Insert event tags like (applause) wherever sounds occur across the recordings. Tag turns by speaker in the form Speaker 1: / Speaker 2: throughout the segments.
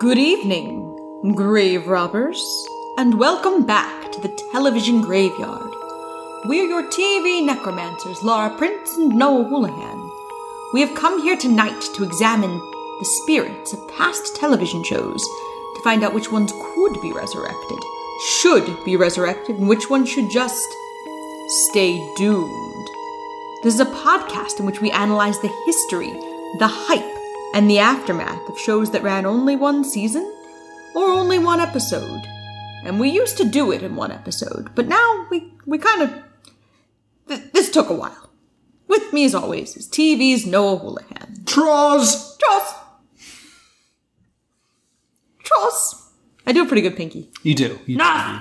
Speaker 1: Good evening, grave robbers, and welcome back to the television graveyard. We're your TV necromancers, Laura Prince and Noah Houlihan. We have come here tonight to examine the spirits of past television shows to find out which ones could be resurrected, should be resurrected, and which ones should just stay doomed. This is a podcast in which we analyze the history, the hype, and the aftermath of shows that ran only one season or only one episode. And we used to do it in one episode, but now we, we kind of. Th- this took a while. With me, as always, is TV's Noah Houlihan.
Speaker 2: Draws!
Speaker 1: Tross! Tross! I do a pretty good pinky.
Speaker 2: You do. You
Speaker 3: Nah.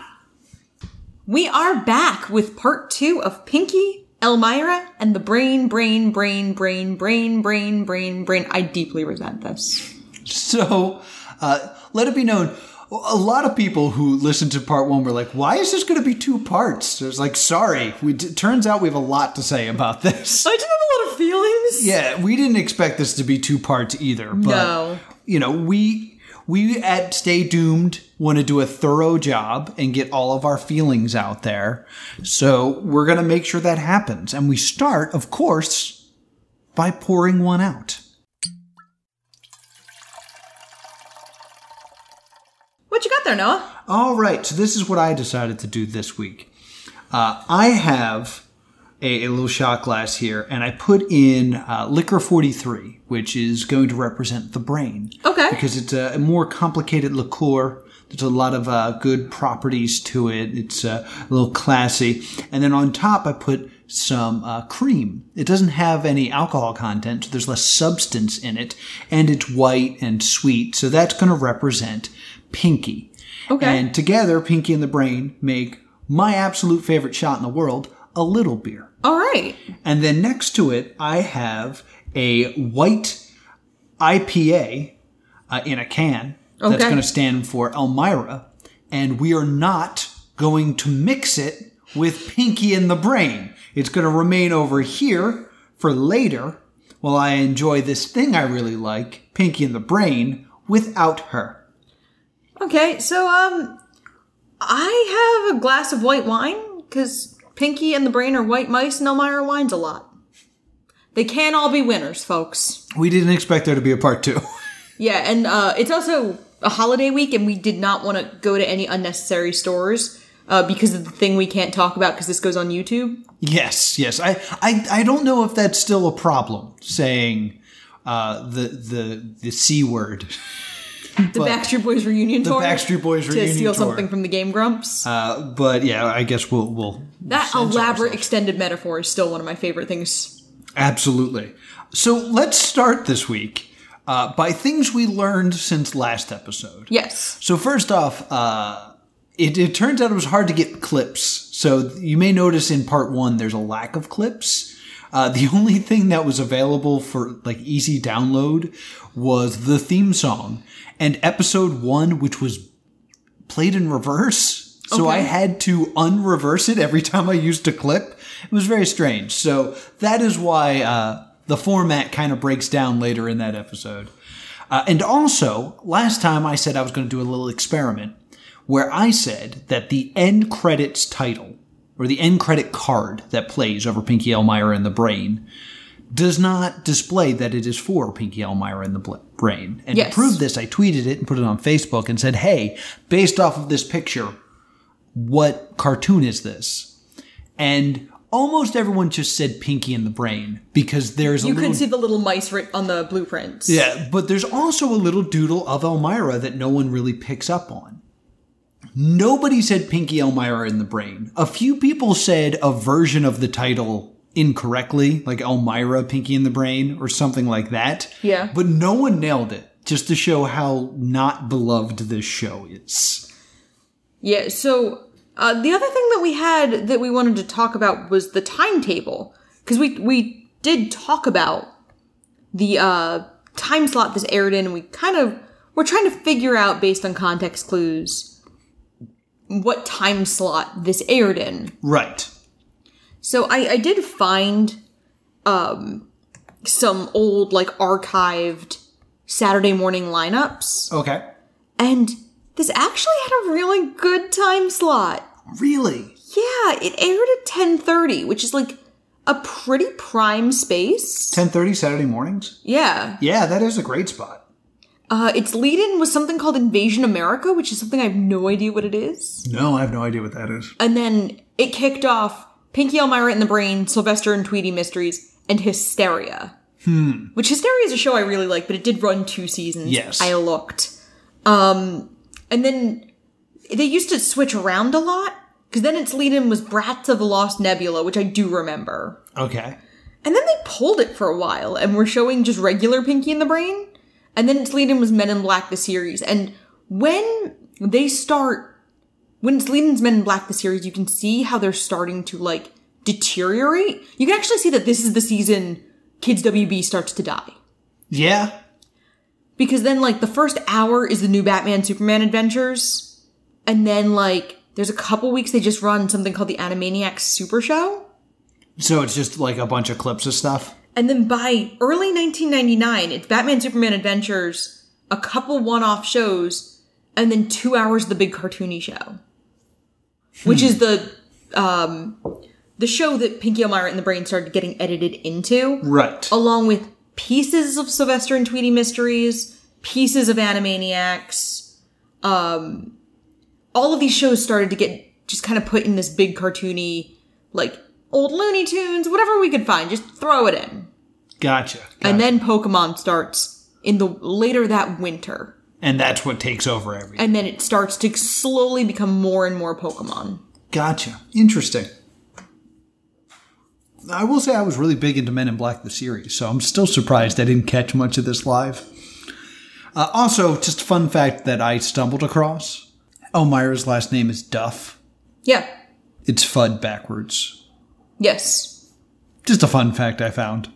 Speaker 2: do.
Speaker 1: We are back with part two of Pinky, Elmira, and the brain, brain, brain, brain, brain, brain, brain, brain. I deeply resent this.
Speaker 2: So, uh, let it be known, a lot of people who listened to part one were like, why is this going to be two parts? There's like, sorry. We d- turns out we have a lot to say about this. (laughs)
Speaker 1: I just have a lot of feelings.
Speaker 2: yeah, we didn't expect this to be two parts either. But,
Speaker 1: No.
Speaker 2: You know, we... We at Stay Doomed want to do a thorough job and get all of our feelings out there. So we're going to make sure that happens. And we start, of course, by pouring one out.
Speaker 1: What you got there, Noah?
Speaker 2: All right, so this is what I decided to do this week. Uh, I have a, a little shot glass here, and I put in uh, liquor 43, which is going to represent the brain.
Speaker 1: Okay.
Speaker 2: Because it's a, a more complicated liqueur. There's a lot of uh, good properties to it. It's uh, a little classy. And then on top, I put some uh, cream. It doesn't have any alcohol content, so there's less substance in it. And it's white and sweet, so that's going to represent pinky.
Speaker 1: Okay.
Speaker 2: And together, Pinky and the Brain make my absolute favorite shot in the world, a little beer.
Speaker 1: All right.
Speaker 2: And then next to it, I have a white IPA uh, in a can that's
Speaker 1: Okay.
Speaker 2: going to stand for Elmira. And we are not going to mix it with Pinky and the Brain. It's going to remain over here for later while I enjoy this thing I really like, Pinky and the Brain, without her.
Speaker 1: Okay, so um, I have a glass of white wine because Pinky and the Brain are white mice, and Elmira wines a lot. They can all be winners, folks.
Speaker 2: We didn't expect there to be a part two. (laughs)
Speaker 1: Yeah, and uh, it's also a holiday week, and we did not want to go to any unnecessary stores uh, because of the thing we can't talk about because this goes on YouTube.
Speaker 2: Yes, yes. I, I, I don't know if that's still a problem saying uh, the the the c word.
Speaker 1: The Backstreet Boys reunion tour.
Speaker 2: Backstreet Boys reunion
Speaker 1: to steal
Speaker 2: tour.
Speaker 1: something from the Game Grumps.
Speaker 2: Uh, but yeah, I guess we'll we'll
Speaker 1: that
Speaker 2: censor
Speaker 1: elaborate
Speaker 2: ourselves.
Speaker 1: extended metaphor is still one of my favorite things.
Speaker 2: absolutely. So let's start this week uh, by things we learned since last episode.
Speaker 1: Yes.
Speaker 2: So first off, uh, it, it turns out it was hard to get clips. So you may notice in part one, there's a lack of clips. Uh, the (laughs) only thing that was available for like easy download was the theme song and episode one, which was played in reverse. So
Speaker 1: Okay.
Speaker 2: I had to unreverse it every time I used a clip. It was very strange. So that is why uh, the format kind of breaks down later in that episode. Uh, and also, last time I said I was going to do a little experiment where I said that the end credits title or the end credit card that plays over Pinky Elmira and the Brain does not display that it is for Pinky Elmira and the Bla- Brain. And
Speaker 1: Yes.
Speaker 2: to prove this, I tweeted it and put it on Facebook and said, hey, based off of this picture, what cartoon is this? And almost everyone just said Pinky and the Brain because there's a
Speaker 1: You
Speaker 2: little
Speaker 1: could see the little mice writ on the blueprints.
Speaker 2: yeah, but there's also a little doodle of Elmira that no one really picks up on. Nobody said Pinky Elmira in the brain. A few people said a version of the title incorrectly, like Elmira Pinky in the brain or something like that.
Speaker 1: Yeah.
Speaker 2: But no one nailed it, just to show how not beloved this show is.
Speaker 1: Yeah, so uh, the other thing that we had that we wanted to talk about was the timetable because we we did talk about the uh, time slot this aired in, and we kind of we're trying to figure out based on context clues what time slot this aired in.
Speaker 2: Right.
Speaker 1: So I, I did find um, some old like archived Saturday morning lineups.
Speaker 2: Okay.
Speaker 1: And this actually had a really good time slot.
Speaker 2: Really?
Speaker 1: Yeah, it aired at 10:30, which is like a pretty prime space.
Speaker 2: 10:30 Saturday mornings?
Speaker 1: Yeah.
Speaker 2: Yeah, that is a great spot.
Speaker 1: Uh, its lead in was something called Invasion America, which is something I have no idea what it is.
Speaker 2: No, I have no idea what that is.
Speaker 1: And then it kicked off Pinky Elmira in the Brain, Sylvester and Tweety Mysteries, and Hysteria. Hmm. Which Hysteria is a show I really like, but it did run two seasons.
Speaker 2: Yes.
Speaker 1: I looked. Um, and then they used to switch around a lot, because then its lead in was Brats of the Lost Nebula, which I do remember.
Speaker 2: Okay.
Speaker 1: And then they pulled it for a while and were showing just regular Pinky in the Brain. And then its lead in was Men in Black the series. And when they start, when its lead in's Men in Black the series, you can see how they're starting to like deteriorate. You can actually see that this is the season Kids WB starts to die.
Speaker 2: Yeah.
Speaker 1: Because then like the first hour is the new Batman Superman adventures. And then like there's a couple weeks they just run something called the Animaniacs Super Show.
Speaker 2: So it's just like a bunch of clips of stuff.
Speaker 1: And then by early 1999, it's Batman Superman Adventures, a couple one off shows, and then two hours of the big cartoony show, which is the um, the show that Pinky Elmira and the Brain started getting edited into,
Speaker 2: Right.
Speaker 1: along with pieces of Sylvester and Tweety Mysteries, pieces of Animaniacs. Um, all of these shows started to get just kind of put in this big cartoony, like old Looney Tunes, whatever we could find, just throw it in.
Speaker 2: Gotcha.
Speaker 1: And
Speaker 2: Gotcha.
Speaker 1: then Pokemon starts in the later that winter,
Speaker 2: and that's what takes over everything.
Speaker 1: and then it starts to slowly become more and more Pokemon.
Speaker 2: Gotcha. Interesting. I will say I was really big into Men in Black the series, so I'm still surprised I didn't catch much of this live. Uh, also, just a fun fact that I stumbled across: Elmira's last name is Duff.
Speaker 1: Yeah.
Speaker 2: It's Fudd backwards.
Speaker 1: Yes.
Speaker 2: Just a fun fact I found.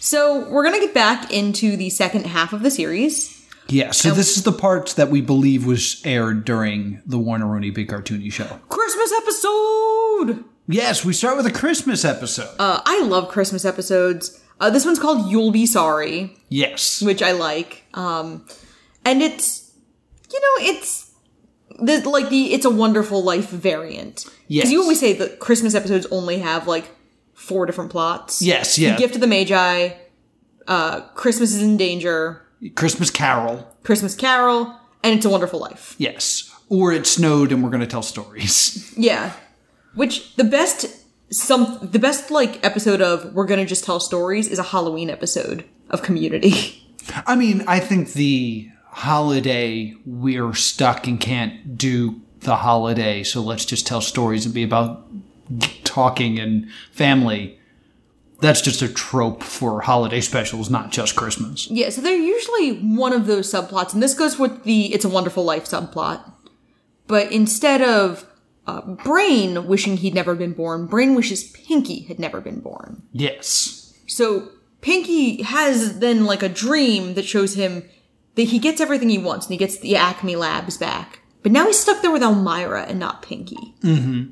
Speaker 1: So we're gonna get back into the second half of the series.
Speaker 2: Yeah, so this is the part that we believe was aired during the Warner Rooney Big Cartoony Show.
Speaker 1: Christmas episode.
Speaker 2: Yes, we start with a Christmas episode.
Speaker 1: Uh, I love Christmas episodes. Uh, this one's called "You'll Be Sorry,"
Speaker 2: yes.
Speaker 1: which I like. Um, and it's, you know, it's the like the "It's a Wonderful Life" variant.
Speaker 2: Yes.
Speaker 1: you always say that Christmas episodes only have like four different plots.
Speaker 2: Yes, yeah.
Speaker 1: Gift of the Magi, uh, Christmas is in Danger,
Speaker 2: Christmas Carol.
Speaker 1: Christmas Carol, and It's a Wonderful Life.
Speaker 2: Yes. Or it snowed and we're going to tell stories. (laughs)
Speaker 1: Yeah. Which the best some the best like episode of We're Gonna Just Tell Stories is a Halloween episode of Community. (laughs)
Speaker 2: I mean, I think the holiday, we're stuck and can't do the holiday, so let's just tell stories and be about talking and family. That's just a trope for holiday specials, not just Christmas.
Speaker 1: yeah, so they're usually one of those subplots, and this goes with the It's a Wonderful Life subplot. But instead of uh, Brain wishing he'd never been born, Brain wishes Pinky had never been born.
Speaker 2: Yes.
Speaker 1: So Pinky has then like a dream that shows him that he gets everything he wants and he gets the Acme Labs back. But now he's stuck there with Elmira and not Pinky. Mm-hmm.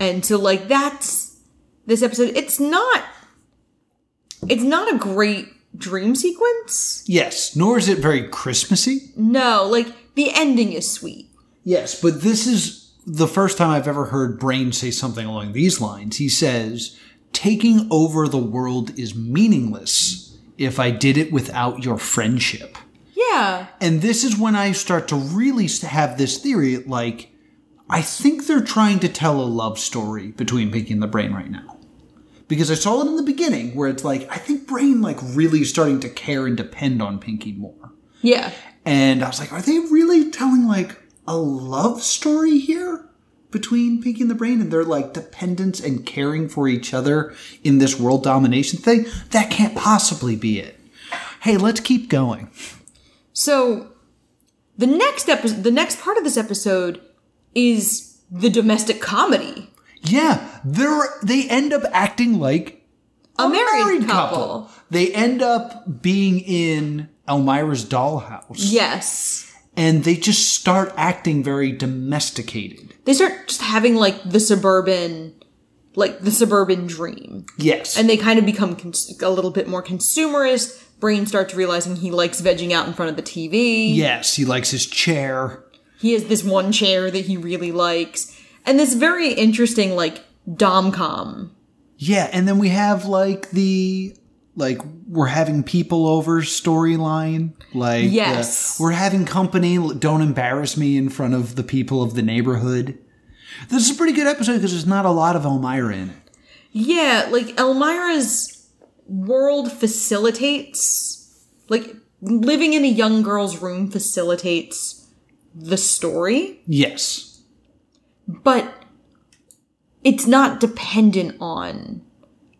Speaker 1: And so like that's this episode. It's not it's not a great dream sequence.
Speaker 2: Yes. Nor is it very Christmassy.
Speaker 1: No, like the ending is sweet.
Speaker 2: Yes, but this is the first time I've ever heard Brain say something along these lines. He says, Taking over the world is meaningless if I did it without your friendship.
Speaker 1: Yeah.
Speaker 2: And this is when I start to really have this theory like, I think they're trying to tell a love story between Pinky and the Brain right now. Because I saw it in the beginning where it's like, I think Brain like really is starting to care and depend on Pinky more.
Speaker 1: Yeah.
Speaker 2: And I was like, are they really telling like a love story here between Pinky and the Brain and their like dependence and caring for each other in this world domination thing? That can't possibly be it. Hey, let's keep going.
Speaker 1: So the next episode the next part of this episode is the domestic comedy.
Speaker 2: Yeah, they're they end up acting like
Speaker 1: A, married,
Speaker 2: married
Speaker 1: couple.
Speaker 2: couple. They end up being in Elmira's dollhouse
Speaker 1: Yes.
Speaker 2: and they just start acting very domesticated.
Speaker 1: they start just having like the suburban like the suburban dream
Speaker 2: Yes.
Speaker 1: and they kind of become cons- a little bit more consumerist brain starts realizing he likes vegging out in front of the TV.
Speaker 2: Yes, he likes his chair.
Speaker 1: He has this one chair that he really likes. And this very interesting, like, domcom.
Speaker 2: Yeah, and then we have like the like we're having people over storyline. Like the,
Speaker 1: Yes.
Speaker 2: we're having company. Don't embarrass me in front of the people of the neighborhood. This is a pretty good episode because there's not a lot of Elmira in it.
Speaker 1: Yeah, like, Elmira's world facilitates, like, living in a young girl's room facilitates the story.
Speaker 2: Yes.
Speaker 1: but it's not dependent on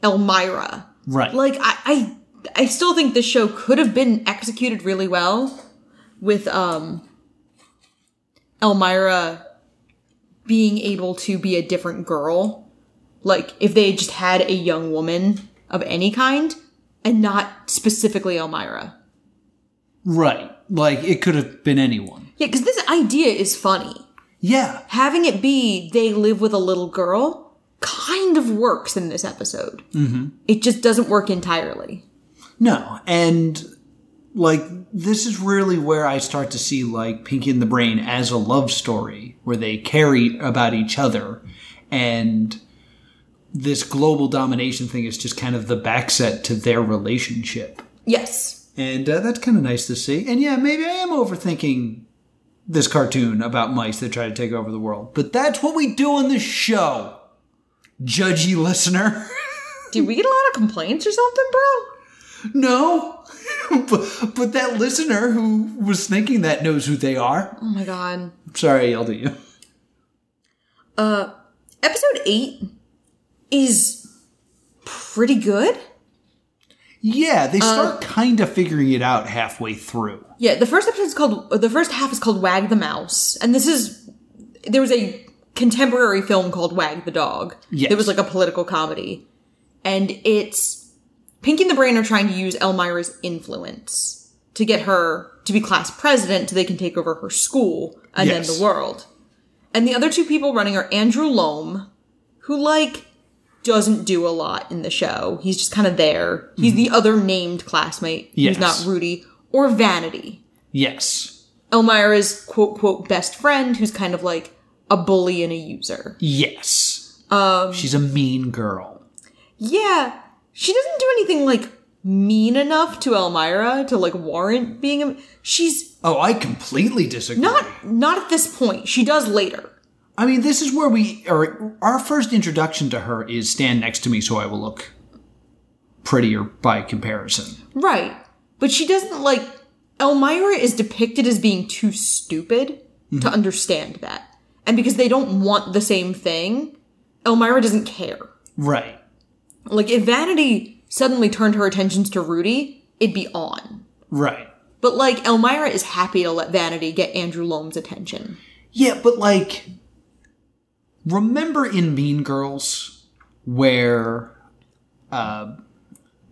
Speaker 1: Elmira.
Speaker 2: Right.
Speaker 1: Like I, I, I still think this show could have been executed really well with um Elmira being able to be a different girl. Like if they just had a young woman of any kind and not specifically Elmira.
Speaker 2: right. Like it could have been anyone.
Speaker 1: Yeah, because this idea is funny.
Speaker 2: Yeah.
Speaker 1: having it be they live with a little girl kind of works in this episode. Mm-hmm. It just doesn't work entirely.
Speaker 2: No. And like this is really where I start to see like Pinky and the Brain as a love story where they carry about each other and this global domination thing is just kind of the backset to their relationship.
Speaker 1: Yes.
Speaker 2: And uh, that's kind of nice to see. And yeah, maybe I am overthinking this cartoon about mice that try to take over the world. But that's what we do on this show. Judgy listener. (laughs)
Speaker 1: Did we get a lot of complaints or something, bro?
Speaker 2: No. (laughs) but, but that listener who was thinking that knows who they are.
Speaker 1: Oh my god.
Speaker 2: I'm sorry I yelled at you.
Speaker 1: Episode 8 is pretty good.
Speaker 2: Yeah, they start kind of figuring it out halfway through.
Speaker 1: Yeah, the first episode is called, the first half is called Wag the Mouse. And this is, there was a contemporary film called Wag the Dog.
Speaker 2: Yes.
Speaker 1: It was like a political comedy. And it's, Pinky and the Brain are trying to use Elmira's influence to get her to be class president so they can take over her school and then
Speaker 2: Yes.
Speaker 1: the world. And the other two people running are Andrew Loam, who like, doesn't do a lot in the show. He's just kind of there. He's the other named classmate.
Speaker 2: Mm-hmm. Yes.
Speaker 1: He's not Rudy or Vanity.
Speaker 2: Yes.
Speaker 1: Elmira's quote quote best friend who's kind of like a bully and a user.
Speaker 2: Yes. Um, She's a mean girl.
Speaker 1: Yeah, she doesn't do anything like mean enough to Elmira to like warrant being a she's
Speaker 2: Oh, I completely disagree.
Speaker 1: not not at this point. She does later.
Speaker 2: I mean, this is where we are. Our first introduction to her is stand next to me so I will look prettier by comparison.
Speaker 1: Right. But she doesn't like Elmira is depicted as being too stupid to understand that. And because they don't want the same thing, Elmira doesn't care.
Speaker 2: Right.
Speaker 1: Like if Vanity suddenly turned her attentions to Rudy, it'd be on.
Speaker 2: Right.
Speaker 1: But like Elmira is happy to let Vanity get Andrew Loam's attention.
Speaker 2: Yeah, but like, remember in Mean Girls where, uh,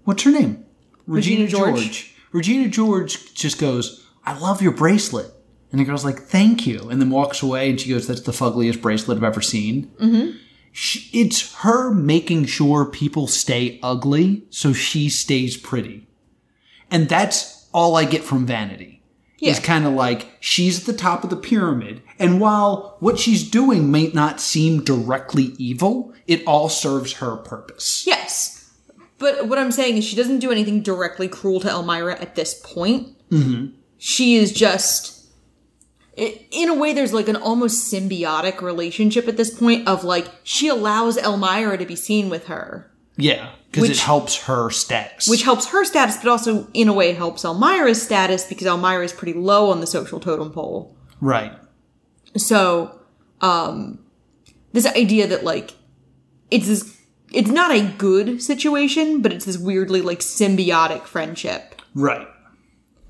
Speaker 2: what's her name?
Speaker 1: Regina George.
Speaker 2: Regina George just goes, "I love your bracelet," and the girl's like, "Thank you," and then walks away, and she goes, "That's the fuggliest bracelet I've ever seen." Mm-hmm. She, it's her making sure people stay ugly so she stays pretty, and that's all I get from Vanity
Speaker 1: Yeah.
Speaker 2: is kind of like she's at the top of the pyramid. And while what she's doing may not seem directly evil, it all serves her purpose.
Speaker 1: yes. But what I'm saying is she doesn't do anything directly cruel to Elmira at this point. Mm-hmm. She is just i- in a way there's like an almost symbiotic relationship at this point of like she allows Elmira to be seen with her,
Speaker 2: Yeah, because it
Speaker 1: Which-
Speaker 2: helps her status.
Speaker 1: which helps her status but also in a way helps Elmira's status because Elmira is pretty low on the social totem pole.
Speaker 2: right.
Speaker 1: So, um, this idea that like it's this, it's not a good situation, but it's this weirdly like symbiotic friendship.
Speaker 2: Right.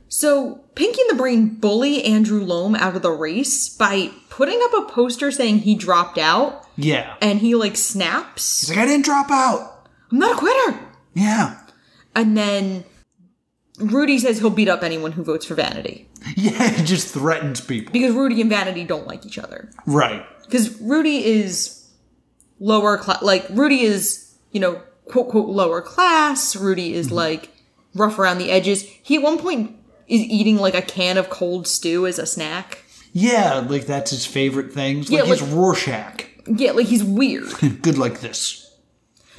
Speaker 1: So Pinky and the Brain bully Andrew Loam out of the race by putting up a poster saying he dropped out
Speaker 2: Yeah.
Speaker 1: and he like snaps.
Speaker 2: It's like, I didn't drop out.
Speaker 1: I'm not a quitter.
Speaker 2: Yeah. (laughs)
Speaker 1: And then Rudy says he'll beat up anyone who votes for Vanity
Speaker 2: Yeah, it just threatens people.
Speaker 1: because Rudy and Vanity don't like each other.
Speaker 2: Right.
Speaker 1: because Rudy is lower class. Like Rudy is, you know, quote quote lower class. Rudy is like rough around the edges. He at one point is eating like a can of cold stew as a snack.
Speaker 2: Yeah, like that's his favorite things. Like
Speaker 1: Yeah,
Speaker 2: his
Speaker 1: like-
Speaker 2: Rorschach. (laughs)
Speaker 1: Yeah, like he's weird.
Speaker 2: Good like this.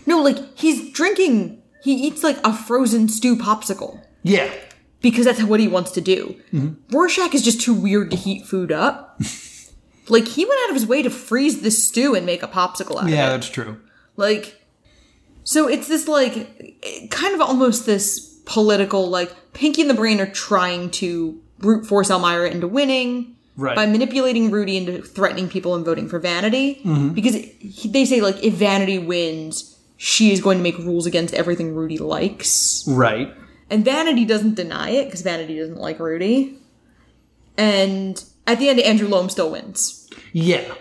Speaker 1: no, like he's drinking. He eats like a frozen stew popsicle
Speaker 2: Yeah.
Speaker 1: because that's what he wants to do. Rorschach is just too weird to heat food up. like he went out of his way to freeze this stew and make a popsicle out of
Speaker 2: Yeah,
Speaker 1: it.
Speaker 2: that's true.
Speaker 1: Like, so it's this like kind of almost this political like Pinky and the Brain are trying to brute force Elmira into winning.
Speaker 2: Right.
Speaker 1: by manipulating Rudy into threatening people and voting for Vanity. Because he, they say, like, if Vanity wins, she is going to make rules against everything Rudy likes.
Speaker 2: right.
Speaker 1: And Vanity doesn't deny it because Vanity doesn't like Rudy. And at the end, Andrew Loam still wins.
Speaker 2: Yeah.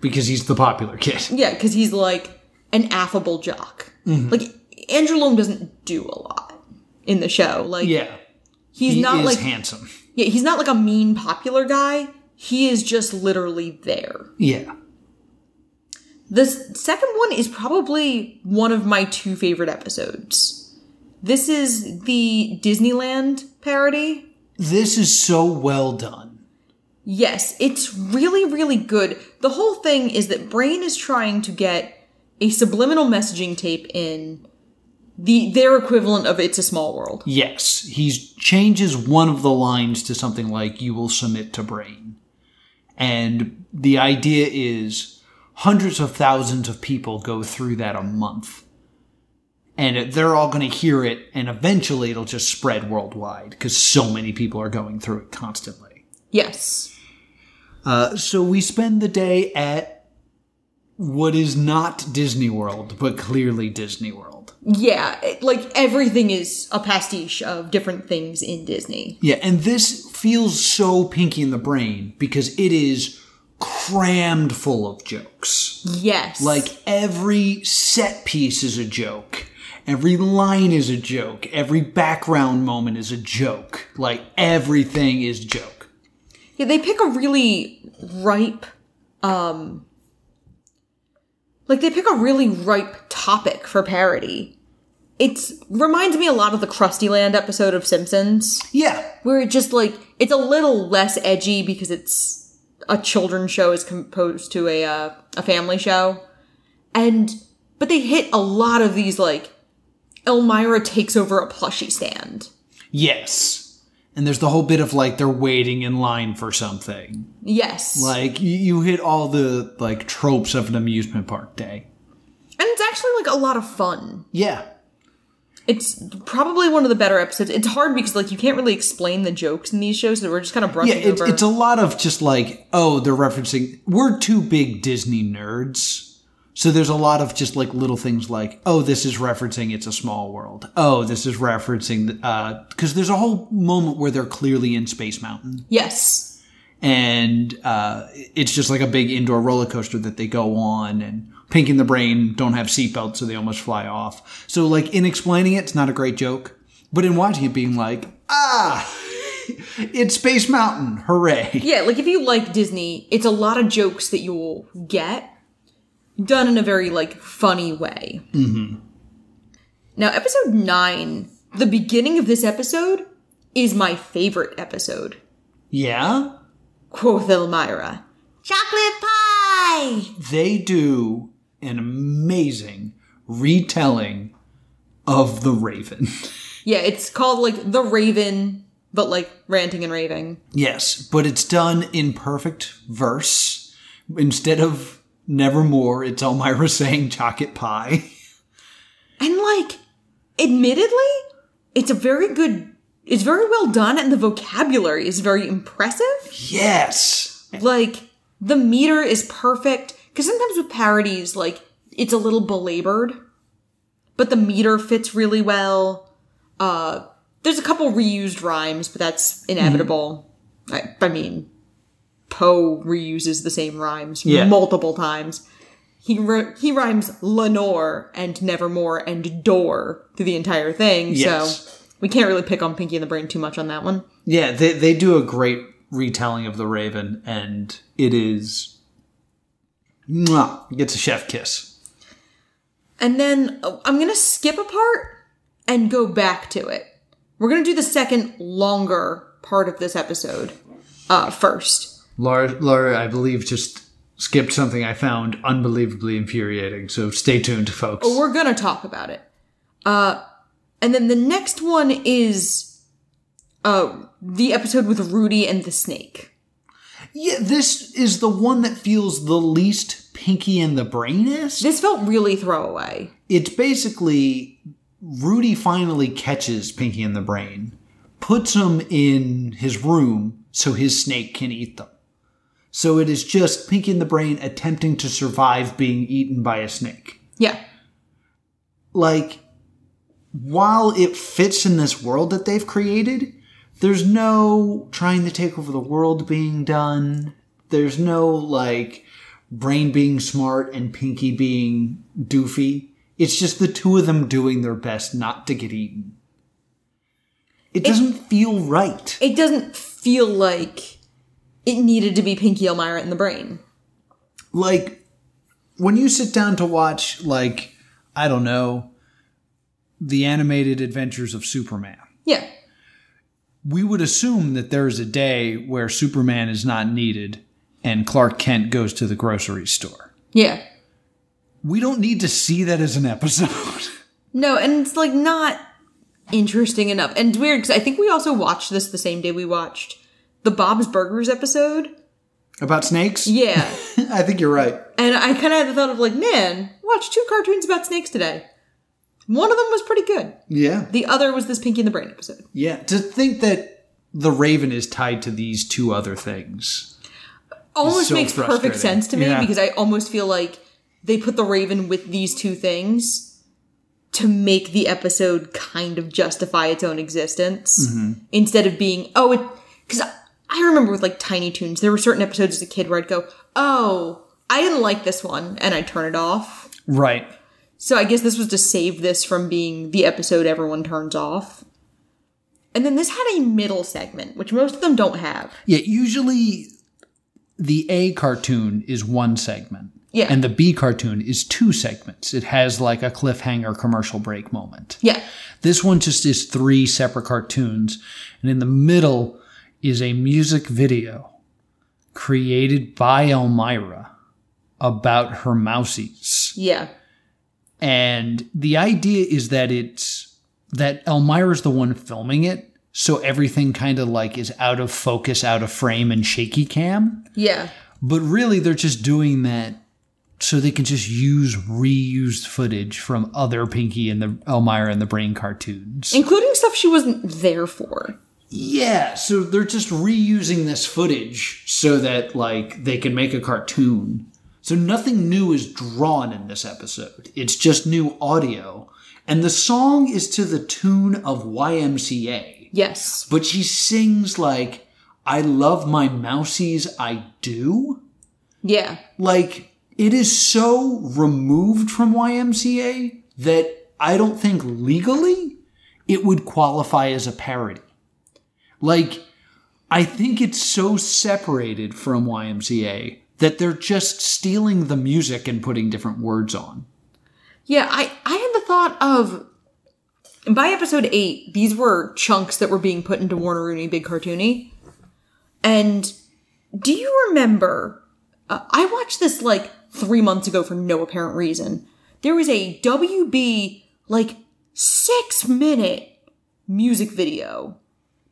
Speaker 2: Because he's the popular kid.
Speaker 1: Yeah, because he's like an affable jock.
Speaker 2: Mm-hmm.
Speaker 1: Like, Andrew Loam doesn't do a lot in the show. Like,
Speaker 2: Yeah.
Speaker 1: he's
Speaker 2: he
Speaker 1: not
Speaker 2: is
Speaker 1: like
Speaker 2: handsome.
Speaker 1: yeah, he's not like a mean popular guy. He is just literally there.
Speaker 2: Yeah.
Speaker 1: The s- second one is probably one of my two favorite episodes. This is the Disneyland parody.
Speaker 2: This is so well done.
Speaker 1: Yes, it's really, really good. The whole thing is that Brain is trying to get a subliminal messaging tape in the their equivalent of It's a Small World.
Speaker 2: Yes. He changes one of the lines to something like, you will submit to brain. And the idea is hundreds of thousands of people go through that a month. And it- they're all going to hear it, and eventually it'll just spread worldwide because so many people are going through it constantly.
Speaker 1: Yes.
Speaker 2: Uh, so we spend the day at what is not Disney World, but clearly Disney World.
Speaker 1: Yeah, it- like everything is a pastiche of different things in Disney.
Speaker 2: Yeah, and this feels so pinky in the brain because it is crammed full of jokes.
Speaker 1: Yes.
Speaker 2: Like every set piece is a joke. Every line is a joke. Every background moment is a joke. Like everything is joke.
Speaker 1: Yeah, they pick a really ripe, um, like they pick a really ripe topic for parody. It's reminds me a lot of the Krusty Land episode of Simpsons,
Speaker 2: Yeah,
Speaker 1: where it just like it's a little less edgy because it's a children's show as opposed to a uh, a family show, and but they hit a lot of these like Elmira takes over a plushie stand.
Speaker 2: yes. And there's the whole bit of like they're waiting in line for something.
Speaker 1: Yes,
Speaker 2: Like you, you hit all the like tropes of an amusement park day.
Speaker 1: and it's actually like a lot of fun.
Speaker 2: Yeah.
Speaker 1: It's probably one of the better episodes. It's hard because like you can't really explain the jokes in these shows that we're just kind of
Speaker 2: Yeah,
Speaker 1: brushing
Speaker 2: it's,
Speaker 1: over.
Speaker 2: it's a lot of just like, oh, they're referencing we're two big Disney nerds. So there's a lot of just like little things like, oh, this is referencing it's a small world. Oh, this is referencing uh cuz there's a whole moment where they're clearly in Space Mountain
Speaker 1: yes.
Speaker 2: and uh it's just like a big indoor roller coaster that they go on and Pink and the Brain don't have seatbelts, so they almost fly off. So, like, in explaining it, it's not a great joke. But in watching it, being like, ah, (laughs) it's Space Mountain, hooray.
Speaker 1: Yeah, like if you like Disney, it's a lot of jokes that you'll get done in a very like funny way. Mm-hmm. Now, episode nine, the beginning of this episode is my favorite episode.
Speaker 2: Yeah,
Speaker 1: Quoth Elmira. Chocolate pie!
Speaker 2: they do an amazing retelling of The Raven. (laughs)
Speaker 1: Yeah, it's called like The Raven, but like ranting and raving.
Speaker 2: yes, but it's done in perfect verse. Instead of nevermore, it's Elmira (laughs) saying chocolate pie. (laughs)
Speaker 1: And like, admittedly, it's a very good. It's very well done, and the vocabulary is very impressive.
Speaker 2: Yes.
Speaker 1: Like, the meter is perfect. Because sometimes with parodies, like, it's a little belabored, but the meter fits really well. Uh, there's a couple reused rhymes, but that's inevitable. I,
Speaker 2: Mm-hmm.
Speaker 1: I mean, Poe reuses the same rhymes
Speaker 2: Yeah.
Speaker 1: multiple times. He ri- he rhymes Lenore and Nevermore and Door through the entire thing.
Speaker 2: Yes.
Speaker 1: So we can't really pick on Pinky and the Brain too much on that one.
Speaker 2: Yeah, they, they do a great retelling of The Raven, and it is. Mwah, gets a chef kiss.
Speaker 1: And then uh, I'm going to skip a part and go back to it We're going to do the second longer part of this episode uh, first.
Speaker 2: Laura, Laura, I believe just skipped something I found unbelievably infuriating. So stay tuned, folks.
Speaker 1: We're going to talk about it. Uh, and then the next one is uh, the episode with Rudy and the snake.
Speaker 2: Yeah, this is the one that feels the least pinky in the brain is.
Speaker 1: This felt really throwaway.
Speaker 2: It's basically Rudy finally catches Pinky in the brain, puts him in his room so his snake can eat them. So it is just Pinky in the brain attempting to survive being eaten by a snake
Speaker 1: Yeah.
Speaker 2: like while it fits in this world that they've created there's no trying to take over the world being done there's no like brain being smart and pinky being doofy it's just the two of them doing their best not to get eaten it doesn't feel right
Speaker 1: It doesn't feel like it needed to be Pinky Elmira in the brain.
Speaker 2: like when you sit down to watch like i don't know the animated adventures of superman
Speaker 1: Yeah.
Speaker 2: we would assume that there is a day where Superman is not needed and Clark Kent goes to the grocery store.
Speaker 1: Yeah.
Speaker 2: We don't need to see that as an episode. (laughs)
Speaker 1: No, and it's like not interesting enough. And it's weird because I think we also watched this the same day we watched the Bob's Burgers episode.
Speaker 2: About snakes?
Speaker 1: Yeah.
Speaker 2: I think you're right.
Speaker 1: and I kind of had the thought of like, man, watch two cartoons about snakes today. One of them was pretty good.
Speaker 2: Yeah.
Speaker 1: The other was this Pinky and the Brain episode.
Speaker 2: Yeah. To think that the Raven is tied to these two other things.
Speaker 1: Almost
Speaker 2: so
Speaker 1: makes perfect
Speaker 2: frustrating.
Speaker 1: sense to me
Speaker 2: Yeah.
Speaker 1: because I almost feel like they put the Raven with these two things to make the episode kind of justify its own existence
Speaker 2: Mm-hmm.
Speaker 1: instead of being oh it because I, I remember with like Tiny Toons there were certain episodes as a kid where I'd go oh I didn't like this one and I'd turn it off.
Speaker 2: Right.
Speaker 1: So I guess this was to save this from being the episode everyone turns off. And then this had a middle segment, which most of them don't have.
Speaker 2: Yeah. Usually the A cartoon is one segment.
Speaker 1: Yeah.
Speaker 2: And the B cartoon is two segments. It has like a cliffhanger commercial break moment.
Speaker 1: Yeah.
Speaker 2: This one just is three separate cartoons, and in the middle is a music video created by Elmira about her mousies.
Speaker 1: Yeah.
Speaker 2: And the idea is that it's that Elmira's the one filming it, so everything kind of like is out of focus, out of frame, and shaky cam.
Speaker 1: Yeah.
Speaker 2: But really, they're just doing that so they can just use reused footage from other Pinky and the Elmira and the Brain cartoons.
Speaker 1: Including stuff she wasn't there for.
Speaker 2: Yeah, so they're just reusing this footage so that like they can make a cartoon. So nothing new is drawn in this episode. It's just new audio. And the song is to the tune of YMCA.
Speaker 1: Yes.
Speaker 2: But she sings like I love my mousies I do.
Speaker 1: Yeah.
Speaker 2: Like it is so removed from YMCA that I don't think legally it would qualify as a parody. Like, I think it's so separated from YMCA that they're just stealing the music and putting different words on.
Speaker 1: Yeah, I, I had the thought of by episode eight, these were chunks that were being put into Warner Rooney Big Cartoony. And do you remember? Uh, I watched this like three months ago for no apparent reason. There was a WB like six minute music video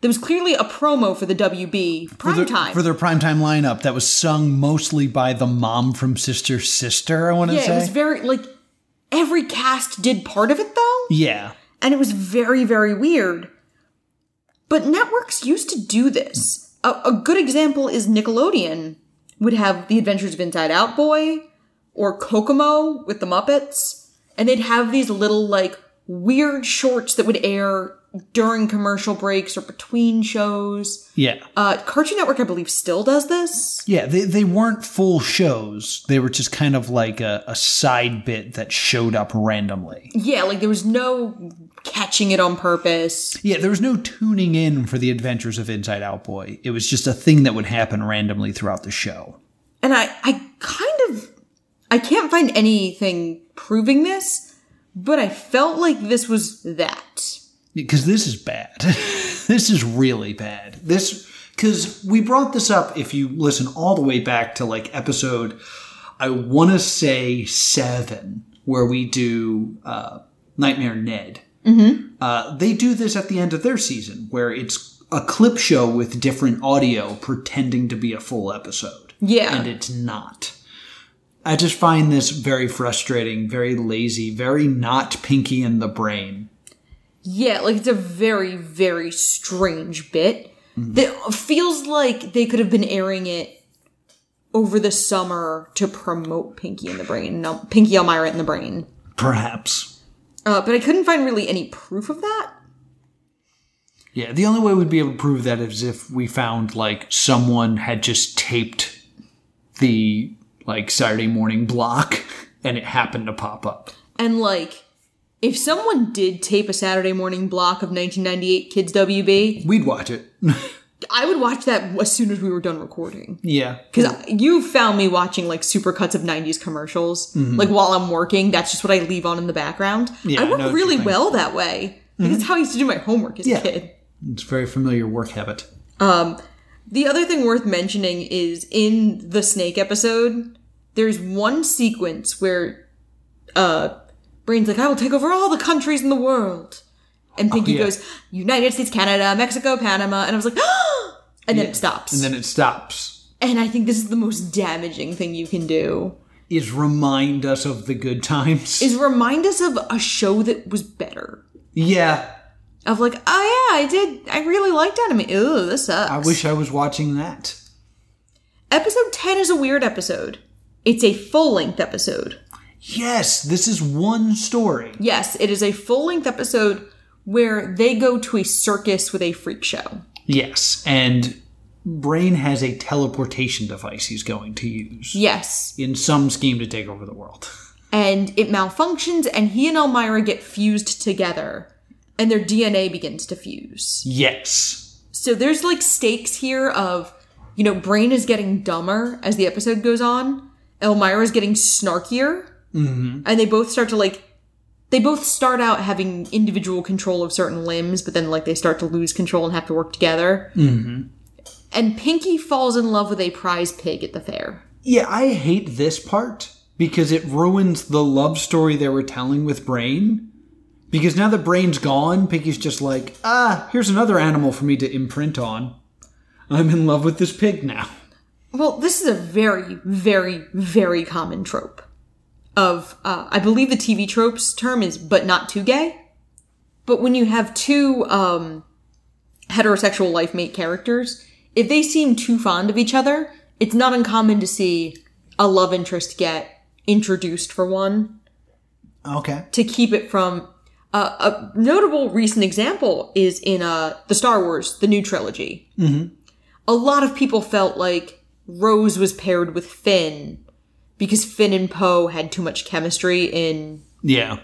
Speaker 1: that was clearly a promo for the WB prime time.
Speaker 2: For their primetime lineup that was sung mostly by the mom from Sister Sister, I want to
Speaker 1: yeah,
Speaker 2: say.
Speaker 1: it was very like every cast did part of it though.
Speaker 2: yeah.
Speaker 1: and it was very very weird but networks used to do this a, a good example is nickelodeon would have the adventures of inside out boy or kokomo with the muppets and they'd have these little like weird shorts that would air during commercial breaks or between shows
Speaker 2: Yeah.
Speaker 1: uh, cartoon network i believe still does this
Speaker 2: Yeah, they, they weren't full shows. They were just kind of like a, a side bit that showed up randomly.
Speaker 1: yeah like there was no catching it on purpose
Speaker 2: Yeah, there was no tuning in for the adventures of Inside Out Boy. It was just a thing that would happen randomly throughout the show.
Speaker 1: and I, I kind of I can't find anything proving this, but I felt like this was that.
Speaker 2: because this is bad. (laughs) this is really bad. This because we brought this up if you listen all the way back to like episode I want to say seven where we do uh, Nightmare Ned. Uh, they do this at the end of their season where it's a clip show with different audio pretending to be a full episode.
Speaker 1: Yeah.
Speaker 2: and it's not. I just find this very frustrating, very lazy, very not pinky in the brain.
Speaker 1: Yeah, like it's a very, very strange bit that feels like they could have been airing it over the summer to promote Pinky in the Brain, no, Pinky Elmira in the Brain.
Speaker 2: Perhaps.
Speaker 1: Uh, but I couldn't find really any proof of that.
Speaker 2: Yeah, the only way we'd be able to prove that is if we found like someone had just taped the like Saturday morning block (laughs) and it happened to pop up.
Speaker 1: And like, if someone did tape a Saturday morning block of 1998 Kids WB,
Speaker 2: We'd watch it.
Speaker 1: I would watch that as soon as we were done recording.
Speaker 2: yeah.
Speaker 1: Because you found me watching like supercuts of 90s commercials. Like while I'm working, that's just what I leave on in the background.
Speaker 2: Mm-hmm. Yeah,
Speaker 1: I
Speaker 2: I know what
Speaker 1: work
Speaker 2: you
Speaker 1: really
Speaker 2: think.
Speaker 1: well that way. Like, That's how I used to do my homework as
Speaker 2: Yeah.
Speaker 1: a kid.
Speaker 2: It's a very familiar work habit.
Speaker 1: The other thing worth mentioning is in the snake episode, there's one sequence where uh Brain's like, I will take over all the countries in the world. And Pinky
Speaker 2: Oh, yeah.
Speaker 1: goes, United States, Canada, Mexico, Panama, and I was like, (gasps) and then it stops.
Speaker 2: And then it stops.
Speaker 1: and I think this is the most damaging thing you can do.
Speaker 2: Is remind us of the good times.
Speaker 1: is remind us of a show that was better.
Speaker 2: yeah.
Speaker 1: Of like, oh yeah, I did. I really liked anime. Ooh, this sucks.
Speaker 2: I wish I was watching that.
Speaker 1: episode ten is a weird episode. It's a full length episode.
Speaker 2: Yes, this is one story.
Speaker 1: Yes, it is a full length episode where they go to a circus with a freak show.
Speaker 2: Yes. And Brain has a teleportation device he's going to use.
Speaker 1: Yes,
Speaker 2: in some scheme to take over the world.
Speaker 1: and it malfunctions, and he and Elmira get fused together, and their DNA begins to fuse.
Speaker 2: Yes.
Speaker 1: So there's like stakes here of, you know, Brain is getting dumber as the episode goes on. Elmira's getting snarkier. Mm-hmm. And they both start to like, they both start out having individual control of certain limbs, but then like they start to lose control and have to work together. Mm-hmm. And Pinky falls in love with a prize pig at the fair.
Speaker 2: Yeah, I hate this part because it ruins the love story they were telling with Brain. Because now that Brain's gone, Piggy's just like, ah, here's another animal for me to imprint on. I'm in love with this pig now.
Speaker 1: Well, this is a very, very, very common trope of, uh, I believe the TV tropes term is, but not too gay. But when you have two, um, heterosexual life mate characters, if they seem too fond of each other, it's not uncommon to see a love interest get introduced for one
Speaker 2: Okay.
Speaker 1: to keep it from, uh, a notable recent example is in, uh, the Star Wars, the new trilogy a lot of people felt like Rose was paired with Finn because Finn and Poe had too much chemistry in
Speaker 2: Yeah.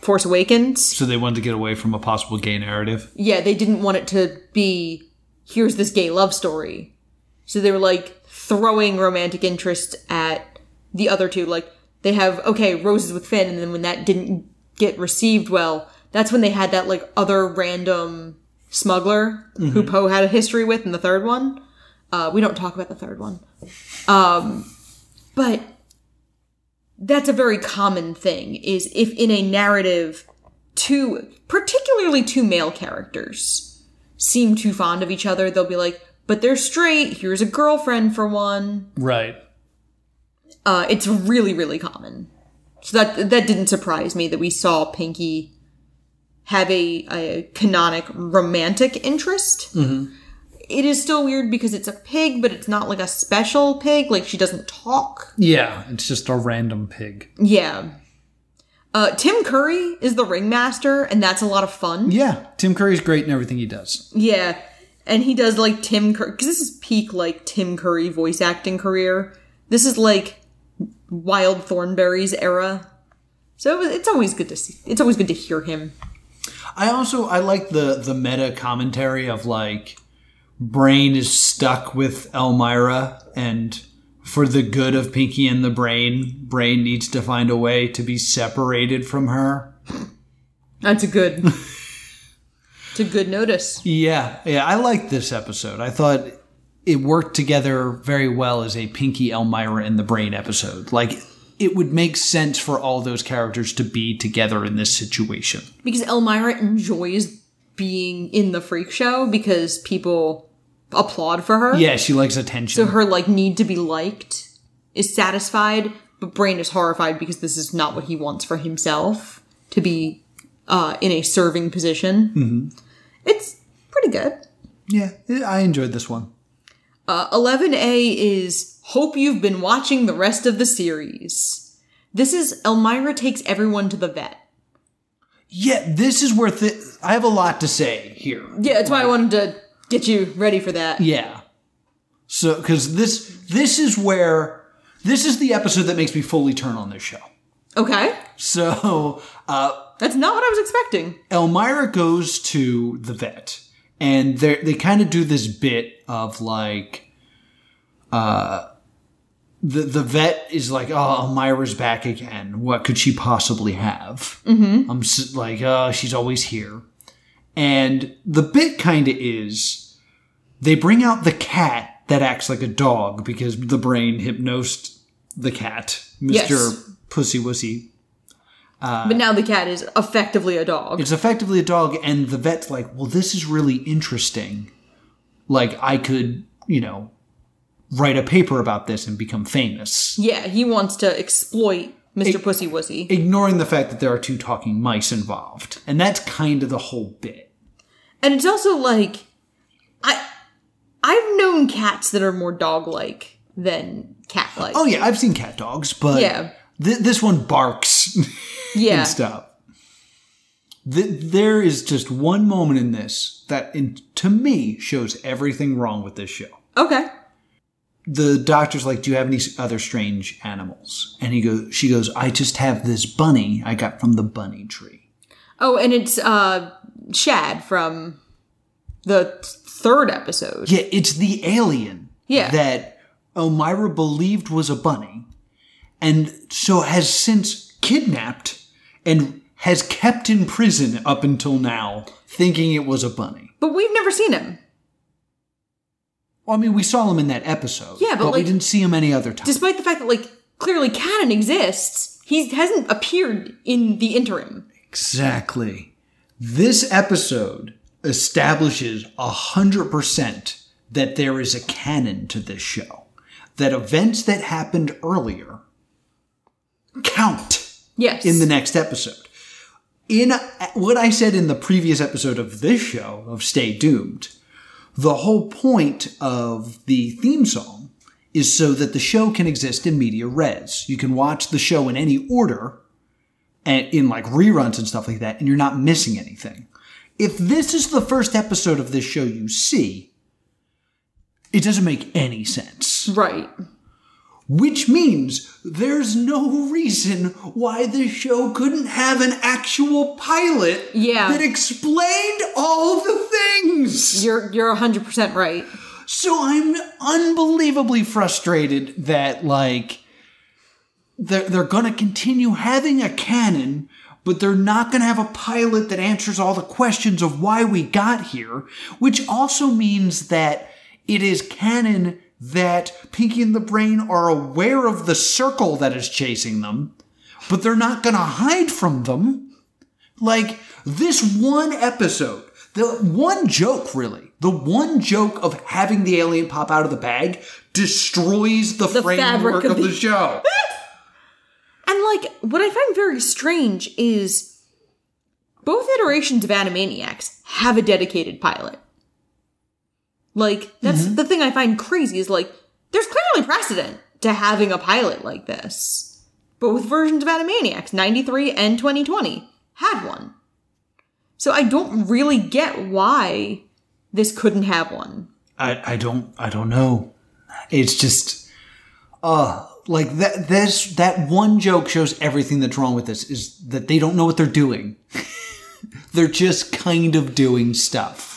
Speaker 1: Force Awakens.
Speaker 2: So they wanted to get away from a possible gay narrative.
Speaker 1: Yeah, they didn't want it to be here's this gay love story. So they were like throwing romantic interest at the other two. Like they have okay, Rose is with Finn, and then when that didn't get received well, that's when they had that like other random smuggler who Poe had a history with in the third one. Uh, we don't talk about the third one, um, but that's a very common thing. Is if in a narrative two, particularly two male characters, seem too fond of each other. They'll be like, but they're straight. Here's a girlfriend for one.
Speaker 2: Right.
Speaker 1: Uh, it's really, really common. So that that didn't surprise me that we saw Pinky have a, a canonic romantic interest. It is still weird because it's a pig, but it's not like a special pig. Like she doesn't talk.
Speaker 2: Yeah, it's just a random pig.
Speaker 1: Yeah. Uh, Tim Curry is the ringmaster, and that's a lot of fun.
Speaker 2: Yeah, Tim Curry's great in everything he does.
Speaker 1: Yeah, and he does like Tim Curry because this is peak like Tim Curry voice acting career. This is like Wild Thornberry's era, so it was- it's always good to see. It's always good to hear him.
Speaker 2: I also I like the the meta commentary of like Brain is stuck with Elmira and for the good of Pinky and the Brain, Brain needs to find a way to be separated from her.
Speaker 1: That's a good. To good notice.
Speaker 2: Yeah, yeah, I liked this episode. I thought it worked together very well as a Pinky Elmira in the Brain episode. Like it would make sense for all those characters to be together in this situation.
Speaker 1: Because Elmira enjoys being in the freak show because people applaud for her.
Speaker 2: Yeah, she likes attention.
Speaker 1: So her like need to be liked is satisfied, but Brain is horrified because this is not what he wants for himself to be uh, in a serving position. Mm-hmm. It's pretty good.
Speaker 2: yeah, I enjoyed this one.
Speaker 1: Uh, 11A is Hope You've Been Watching the Rest of the Series. This is Elmira takes everyone to the vet.
Speaker 2: Yeah, this is worth it. I have a lot to say here.
Speaker 1: Yeah, that's why I wanted to get you ready for that.
Speaker 2: Yeah. So cuz this this is where this is the episode that makes me fully turn on this show.
Speaker 1: Okay.
Speaker 2: So, uh
Speaker 1: That's not what I was expecting.
Speaker 2: Elmira goes to the vet, and they they kind of do this bit of like, uh, the the vet is like, "Oh, Elmira's back again. What could she possibly have?" Mm-hmm. I'm s- like, "Oh, she's always here," and the bit kind of is they bring out the cat that acts like a dog because the brain hypnosed the cat,
Speaker 1: Yes.
Speaker 2: Mister Pussy Wussy
Speaker 1: but now the cat is effectively a dog.
Speaker 2: Uh, it's effectively a dog and the vet's like well this is really interesting like i could you know write a paper about this and become famous
Speaker 1: Yeah, he wants to exploit Mr. Pussy Wussy.
Speaker 2: ignoring the fact that there are two talking mice involved and that's kind of the whole bit
Speaker 1: And it's also like I I've known cats that are more dog like than cat like.
Speaker 2: oh yeah i've seen cat dogs but
Speaker 1: Yeah.
Speaker 2: thi- this one barks (laughs)
Speaker 1: yeah.
Speaker 2: and stuff Th- there is just one moment in this that in, to me shows everything wrong with this show
Speaker 1: Okay.
Speaker 2: the doctor's like, "Do you have any other strange animals?" And he goes, "She goes, I just have this bunny I got from the bunny tree."
Speaker 1: Oh, and it's uh Shad from the third episode.
Speaker 2: Yeah, it's the alien
Speaker 1: Yeah.
Speaker 2: that Elmira believed was a bunny, and so has since kidnapped and has kept in prison up until now, thinking it was a bunny.
Speaker 1: But we've never seen him.
Speaker 2: Well, I mean, we saw him in that episode,
Speaker 1: Yeah, but,
Speaker 2: we
Speaker 1: like-
Speaker 2: didn't see him any other time.
Speaker 1: Despite the fact that like clearly Cannon exists, he hasn't appeared in the interim.
Speaker 2: Exactly. This episode establishes 100% that there is a canon to this show, that events that happened earlier count
Speaker 1: Yes.
Speaker 2: in the next episode. In what I said in the previous episode of this show, of Stay Doomed, the whole point of the theme song is so that the show can exist in media res. You can watch the show in any order and in like reruns and stuff like that, and you're not missing anything. If this is the first episode of this show you see, it doesn't make any sense.
Speaker 1: Right.
Speaker 2: Which means there's no reason why the show couldn't have an actual pilot
Speaker 1: Yeah.
Speaker 2: that explained all the things.
Speaker 1: You're you're hundred percent right.
Speaker 2: So I'm unbelievably frustrated that like they're, they're gonna continue having a canon, but they're not gonna have a pilot that answers all the questions of why we got here, which also means that it is canon that Pinky and the Brain are aware of the circle that is chasing them, but they're not gonna hide from them. Like this one episode, the one joke really, the one joke of having the alien pop out of the bag destroys the, framework
Speaker 1: fabric
Speaker 2: of
Speaker 1: of
Speaker 2: the
Speaker 1: the-
Speaker 2: show.
Speaker 1: And like what I find very strange is both iterations of Animaniacs have a dedicated pilot. Like that's the thing I find crazy is like there's clearly precedent to having a pilot like this. Both versions of Animaniacs, 93 and 2020, had one. So I don't really get why this couldn't have one.
Speaker 2: I, I don't I don't know. It's just uh like that this that one joke shows everything that's wrong with this is that they don't know what they're doing. (laughs) they're just kind of doing stuff.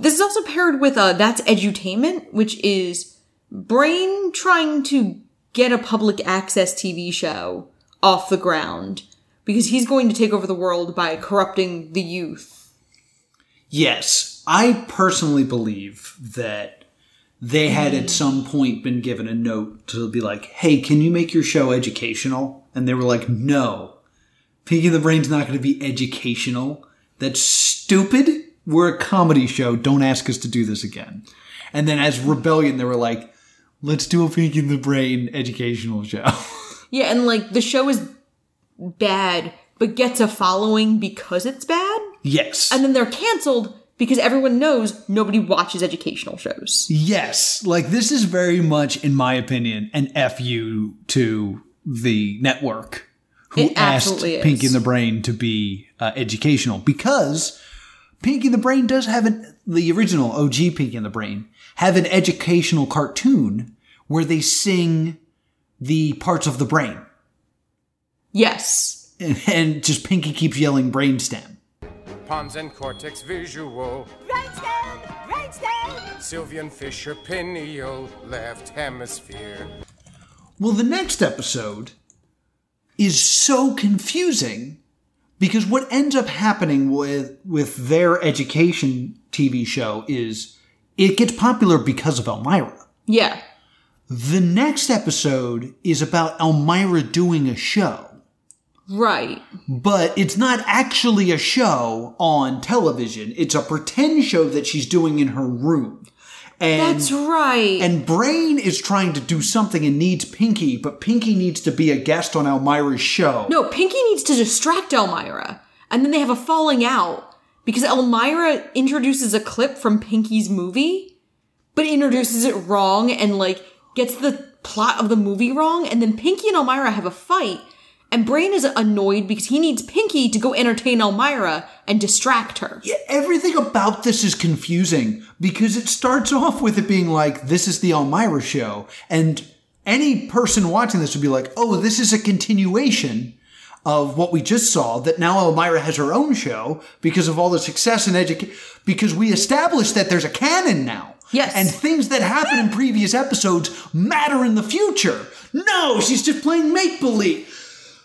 Speaker 1: This is also paired with uh, That's Edutainment, which is Brain trying to get a public access TV show off the ground, because he's going to take over the world by corrupting the youth.
Speaker 2: Yes, I personally believe that they had at some point been given a note to be like, "Hey, can you make your show educational?" And they were like, "No, Pig in the Brain's not going to be educational. That's stupid. We're a comedy show. Don't ask us to do this again." And then as Rebellion, they were like, "Let's do a Pig in the Brain educational show."
Speaker 1: Yeah, and like the show is bad, but gets a following because it's bad.
Speaker 2: yes,
Speaker 1: And then they're canceled because everyone knows nobody watches educational shows.
Speaker 2: Yes, like this is very much, in my opinion, an fu to the network who
Speaker 1: It
Speaker 2: asked
Speaker 1: absolutely is.
Speaker 2: Pinky and the Brain to be uh, educational because Pinky and the Brain does have an the original OG Pinky and the Brain have an educational cartoon where they sing the parts of the brain (laughs)
Speaker 1: Yes.
Speaker 2: and, and just Pinky keeps yelling brainstem.
Speaker 3: Pons and cortex visual,
Speaker 4: Brainstem! Brainstem!
Speaker 3: Sylvian Fisher pineal, left hemisphere.
Speaker 2: Well, the next episode is so confusing because what ends up happening with with their education TV show is it gets popular because of Elmira.
Speaker 1: Yeah.
Speaker 2: The next episode is about Elmira doing a show,
Speaker 1: Right.
Speaker 2: but it's not actually a show on television. It's a pretend show that she's doing in her room. And
Speaker 1: That's right.
Speaker 2: and Brain is trying to do something and needs Pinky, but Pinky needs to be a guest on Elmira's show.
Speaker 1: No, Pinky needs to distract Elmira. And then they have a falling out because Elmira introduces a clip from Pinky's movie, but introduces it wrong and like gets the plot of the movie wrong. And then Pinky and Elmira have a fight. And Brain is annoyed because he needs Pinky to go entertain Elmira and distract her.
Speaker 2: Everything about this is confusing because it starts off with it being like, this is the Elmira show. And any person watching this would be like, oh, this is a continuation of what we just saw that now Elmira has her own show because of all the success and education, because we established that there's a canon now.
Speaker 1: Yes.
Speaker 2: And things that happen in previous episodes matter in the future. No, she's just playing make believe.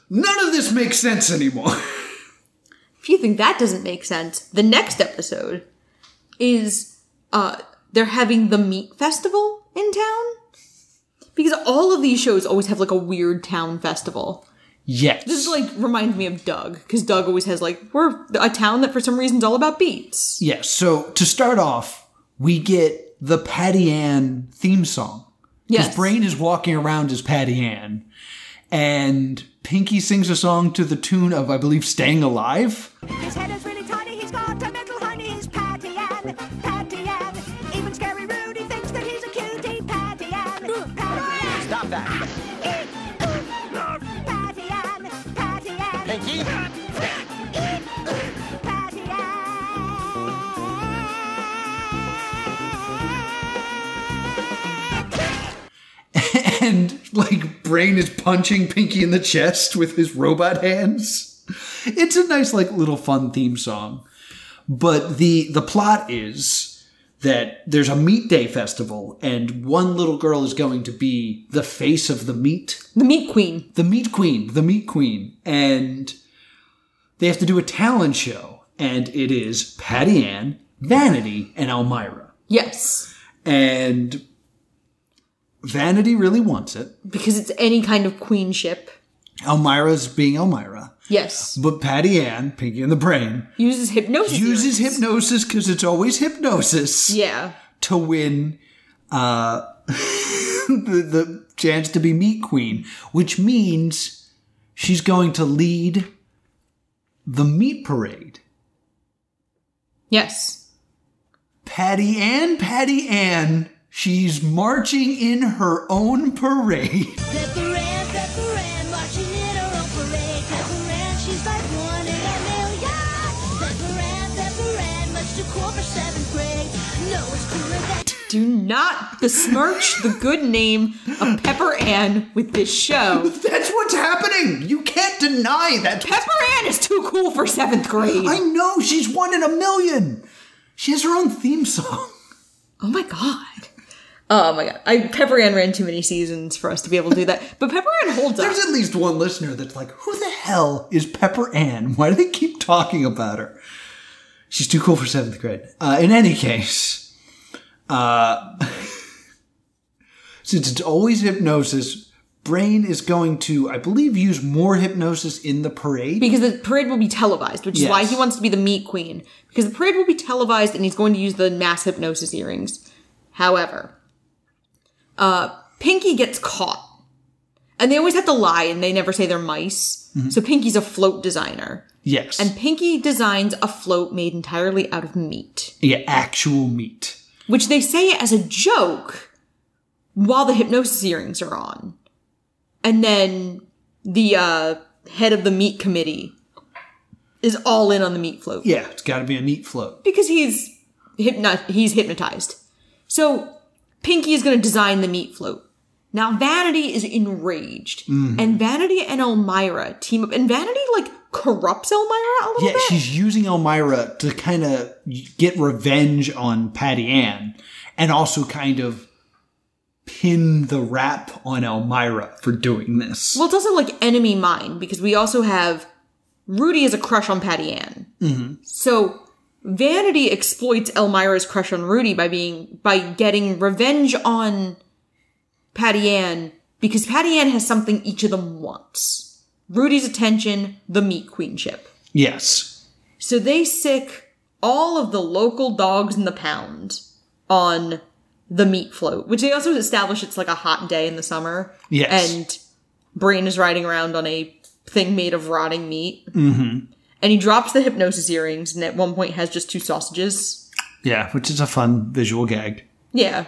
Speaker 2: None of this makes sense anymore.
Speaker 1: if you think that doesn't make sense, the next episode is uh they're having the meat festival in town because all of these shows always have like a weird town festival.
Speaker 2: Yes.
Speaker 1: This like reminds me of Doug because Doug always has like we're a town that for some reason is all about beats.
Speaker 2: Yes. so to start off, we get the Patty Ann theme song.
Speaker 1: Yes,
Speaker 2: His brain is walking around as Patty Ann, and Pinky sings a song to the tune of, I believe, "Staying Alive." (laughs)
Speaker 4: His head is really tiny, he's got a little honey, he's Patty Ann, Patty Ann. Even Scary Rudy thinks that he's a cutie, Patty Ann, Patty Ann.
Speaker 5: Stop that.
Speaker 4: Patty Ann, Patty Ann.
Speaker 5: Pinky.
Speaker 4: Patty Ann.
Speaker 2: and like brain is punching pinky in the chest with his robot hands it's a nice like little fun theme song but the the plot is that there's a meat day festival and one little girl is going to be the face of the meat
Speaker 1: the meat queen.
Speaker 2: the meat queen the meat queen and they have to do a talent show and it is patty ann vanity and elmira
Speaker 1: Yes,
Speaker 2: and vanity really wants it
Speaker 1: because it's any kind of queenship.
Speaker 2: Elmira's being Elmira.
Speaker 1: Yes,
Speaker 2: But Patty Ann, Pinky and the Brain,
Speaker 1: uses hypnosis.
Speaker 2: uses
Speaker 1: earrings.
Speaker 2: hypnosis because it's always hypnosis
Speaker 1: Yeah,
Speaker 2: to win uh, (laughs) the, the chance to be Meat Queen, which means she's going to lead the meat parade.
Speaker 1: yes,
Speaker 2: Patty Ann, Patty Ann, she's marching in her own parade. (laughs)
Speaker 4: Pepperan, Pepperan, marching in her own parade. Pepperan, she's like one in a million. Pepperan, Pepperan, much too cool for seventh grade. No, it's cooler than.
Speaker 1: Do not besmirch the good name of Pepper Ann with this show.
Speaker 2: That's what's happening. You can't deny that's
Speaker 1: Pepper Ann is too cool for seventh grade.
Speaker 2: I know she's one in a million. She has her own theme song.
Speaker 1: oh my god. Oh my god, I Pepper Ann ran too many seasons for us to be able to do that. But Pepper Ann holds up.
Speaker 2: There's at least one listener that's like, who the hell is Pepper Ann? Why do they keep talking about her? She's too cool for seventh grade. Uh, in any case, uh, (laughs) since it's always hypnosis, Brain is going to, I believe, use more hypnosis in the parade.
Speaker 1: because the parade will be televised, which is why
Speaker 2: Yes.
Speaker 1: he wants to be the meat queen. Because the parade will be televised and he's going to use the mass hypnosis earrings. However, uh, Pinky gets caught. And they always have to lie and they never say they're mice.
Speaker 2: Mm-hmm.
Speaker 1: So Pinky's a float designer.
Speaker 2: yes.
Speaker 1: And Pinky designs a float made entirely out of meat,
Speaker 2: yeah, actual meat.
Speaker 1: which they say as a joke while the hypnosis earrings are on. And then the uh, head of the meat committee is all in on the meat float
Speaker 2: Yeah, it's got to be a meat float.
Speaker 1: because he's hypno- he's hypnotized. So Pinky is going to design the meat float. Now Vanity is enraged,
Speaker 2: Mm-hmm.
Speaker 1: and Vanity and Elmira team up, and Vanity like corrupts Elmira a little
Speaker 2: Yeah,
Speaker 1: bit.
Speaker 2: she's using Elmira to kind of get revenge on Patty Ann and also kind of pin the rap on Elmira for doing this.
Speaker 1: Well, it's also like enemy mine because we also have Rudy is a crush on Patty Ann. Mm-hmm. So Vanity exploits Elmira's crush on Rudy by being by getting revenge on Patty Ann because Patty Ann has something each of them wants: Rudy's attention, the meat queenship.
Speaker 2: yes.
Speaker 1: So they sick all of the local dogs in the pound on the meat float, which they also establish it's like a hot day in the summer.
Speaker 2: Yes.
Speaker 1: And Brain is riding around on a thing made of rotting meat. Mm-hmm. And he drops the hypnosis earrings and at one point has just two sausages.
Speaker 2: Yeah, which is a fun visual gag.
Speaker 1: Yeah.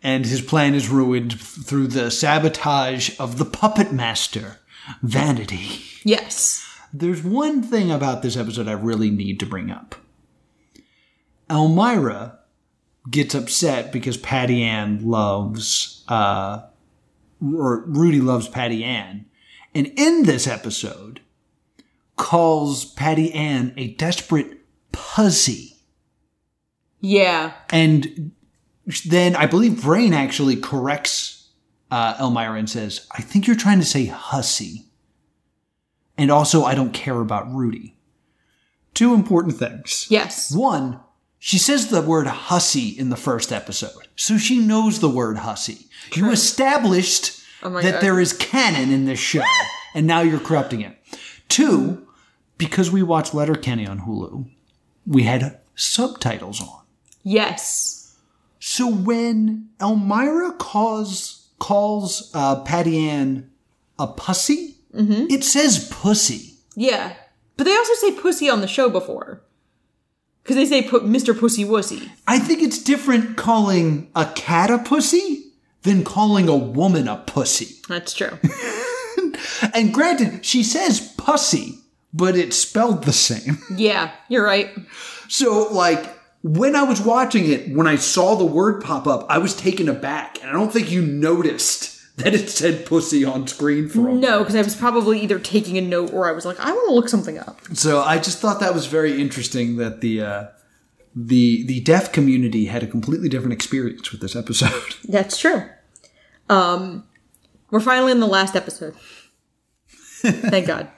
Speaker 2: And his plan is ruined through the sabotage of the puppet master, Vanity.
Speaker 1: Yes.
Speaker 2: There's one thing about this episode I really need to bring up. Elmira gets upset because Patty Ann loves, uh, or Rudy loves Patty Ann. And in this episode, calls Patty Ann a desperate pussy.
Speaker 1: Yeah.
Speaker 2: And then I believe Brain actually corrects uh, Elmira and says, I think you're trying to say hussy. And also, I don't care about Rudy. Two important things.
Speaker 1: Yes.
Speaker 2: One, she says the word hussy in the first episode. So she knows the word hussy. You established
Speaker 1: Oh my
Speaker 2: that
Speaker 1: God.
Speaker 2: there is canon in this show, and now you're corrupting it. Two, because we watched Letterkenny on Hulu, we had subtitles on.
Speaker 1: Yes.
Speaker 2: So when Elmira calls calls uh, Patty Ann a pussy, it says pussy.
Speaker 1: Yeah. But they also say pussy on the show before. Because they say pu- Mr. Pussy Wussy.
Speaker 2: I think it's different calling a cat a pussy than calling a woman a pussy.
Speaker 1: That's true.
Speaker 2: And granted, she says pussy, but it's spelled the same.
Speaker 1: (laughs)
Speaker 2: (laughs)
Speaker 1: yeah. You're right.
Speaker 2: So like when I was watching it, when I saw the word pop up, I was taken aback, and I don't think you noticed that it said pussy on screen for a
Speaker 1: No, because I was probably either taking a note or I was like, I want to look something up.
Speaker 2: So I just thought that was very interesting that the uh, the the deaf community had a completely different experience with this episode.
Speaker 1: That's true. Um, we're finally in the last episode. Thank God.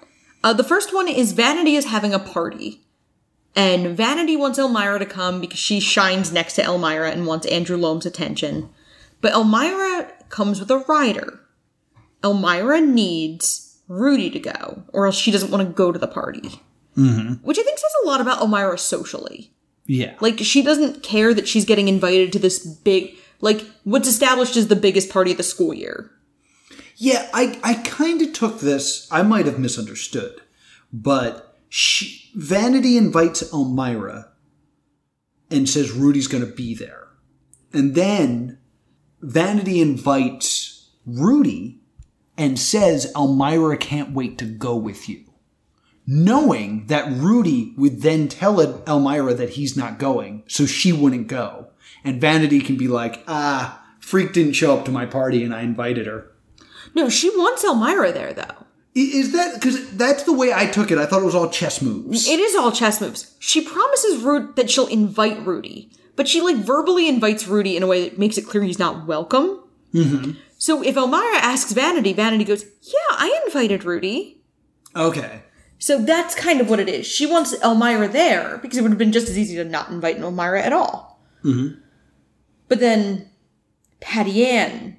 Speaker 1: Uh, the first one is Vanity is having a party. And Vanity wants Elmira to come because she shines next to Elmira and wants Andrew Loam's attention. But Elmira comes with a rider. Elmira needs Rudy to go, or else she doesn't want to go to the party. Which I think says a lot about Elmira socially.
Speaker 2: Yeah,
Speaker 1: Like she doesn't care that she's getting invited to this big like what's established as the biggest party of the school year.
Speaker 2: yeah. I I kind of took this. I might have misunderstood, but she, Vanity invites Elmira and says Rudy's going to be there, and then Vanity invites Rudy and says Elmira can't wait to go with you. knowing that Rudy would then tell Ed- Elmira that he's not going, so she wouldn't go. And Vanity can be like, ah, Freak didn't show up to my party and I invited her.
Speaker 1: No, she wants Elmira there though.
Speaker 2: Is that because that's the way I took it? I thought it was all chess moves.
Speaker 1: It is all chess moves. She promises Rude that she'll invite Rudy, but she like verbally invites Rudy in a way that makes it clear he's not welcome. So if Elmira asks Vanity, Vanity goes, "Yeah, I invited Rudy."
Speaker 2: okay.
Speaker 1: So that's kind of what it is. She wants Elmira there because it would have been just as easy to not invite Elmira at all. But then Patty Ann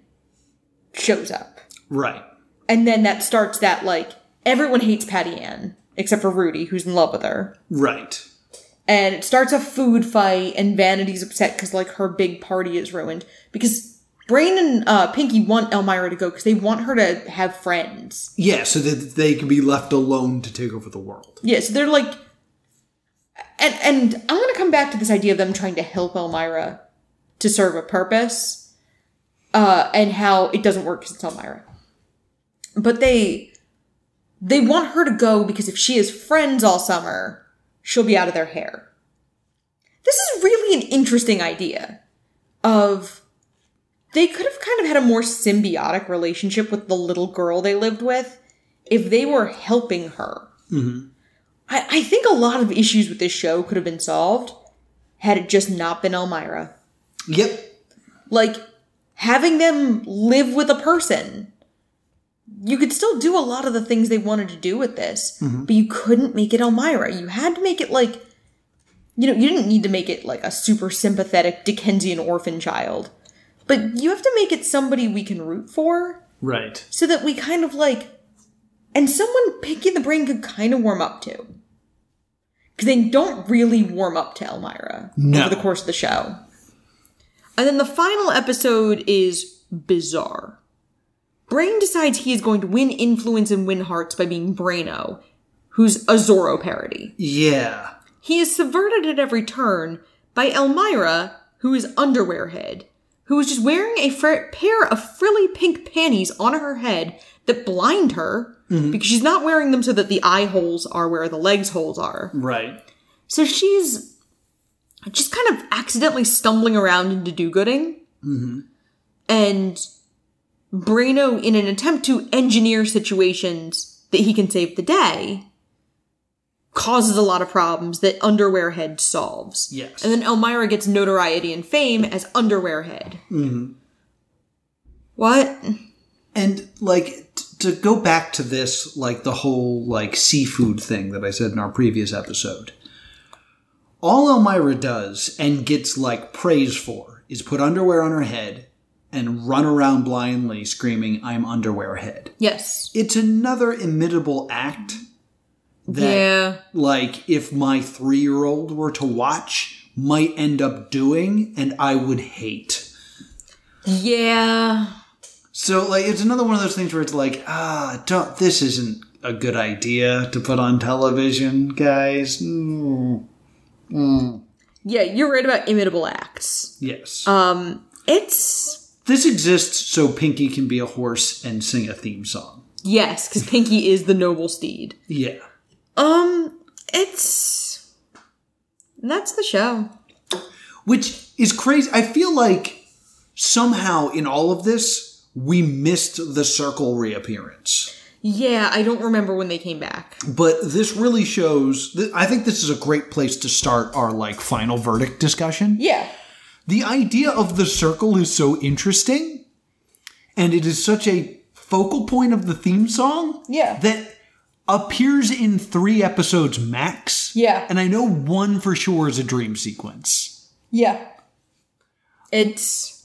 Speaker 1: shows up.
Speaker 2: Right.
Speaker 1: And then that starts that like everyone hates Patty Ann except for Rudy, who's in love with her.
Speaker 2: Right.
Speaker 1: And it starts a food fight, and Vanity's upset because like her big party is ruined because Brain and uh, Pinky want Elmira to go because they want her to have friends.
Speaker 2: Yeah, so that they can be left alone to take over the world.
Speaker 1: Yeah, so they're like, and and I'm gonna come back to this idea of them trying to help Elmira to serve a purpose, uh, and how it doesn't work because it's Elmira. But they they want her to go because if she has friends all summer, she'll be out of their hair. This is really an interesting idea of they could have kind of had a more symbiotic relationship with the little girl they lived with if they were helping her. I, I think a lot of issues with this show could have been solved had it just not been Elmira.
Speaker 2: Yep.
Speaker 1: Like, having them live with a person. You could still do a lot of the things they wanted to do with this, but you couldn't make it Elmira. You had to make it like, you know, you didn't need to make it like a super sympathetic Dickensian orphan child, but you have to make it somebody we can root for
Speaker 2: Right.
Speaker 1: so that we kind of like and someone Pinky the Brain could kind of warm up to. Because they don't really warm up to Elmira
Speaker 2: No.
Speaker 1: over the course of the show. And then the final episode is bizarre. Brain decides he is going to win influence and win hearts by being Braino, who's a Zorro parody.
Speaker 2: Yeah.
Speaker 1: He is subverted at every turn by Elmira, who is Underwear Head, who is just wearing a fr- pair of frilly pink panties on her head that blind her because she's not wearing them so that the eye holes are where the legs holes are.
Speaker 2: Right.
Speaker 1: So she's just kind of accidentally stumbling around into do gooding. And Brano, in an attempt to engineer situations that he can save the day, causes a lot of problems that Underwear Head solves.
Speaker 2: Yes.
Speaker 1: And then Elmira gets notoriety and fame as Underwear Head. What?
Speaker 2: And like t- to go back to this, like the whole like seafood thing that I said in our previous episode. All Elmira does and gets like praise for is put underwear on her head and run around blindly screaming, "I'm underwear head."
Speaker 1: Yes.
Speaker 2: It's another imitable act. That
Speaker 1: yeah.
Speaker 2: like if my three year old were to watch might end up doing and i would hate
Speaker 1: Yeah.
Speaker 2: so like it's another one of those things where it's like ah don't this isn't a good idea to put on television guys Mm.
Speaker 1: Yeah, you're right about imitable acts.
Speaker 2: yes
Speaker 1: It's
Speaker 2: this exists so pinky can be a horse and sing a theme song
Speaker 1: Yes, because Pinky is the noble steed.
Speaker 2: yeah
Speaker 1: Um, it's that's the show.
Speaker 2: which is crazy i feel like somehow in all of this we missed the circle reappearance
Speaker 1: Yeah, I don't remember when they came back.
Speaker 2: but this really shows th- i think this is a great place to start our like final verdict discussion
Speaker 1: Yeah,
Speaker 2: the idea of the circle is so interesting and it is such a focal point of the theme song
Speaker 1: Yeah.
Speaker 2: that appears in three episodes max
Speaker 1: Yeah.
Speaker 2: and i know one for sure is a dream sequence
Speaker 1: yeah. It's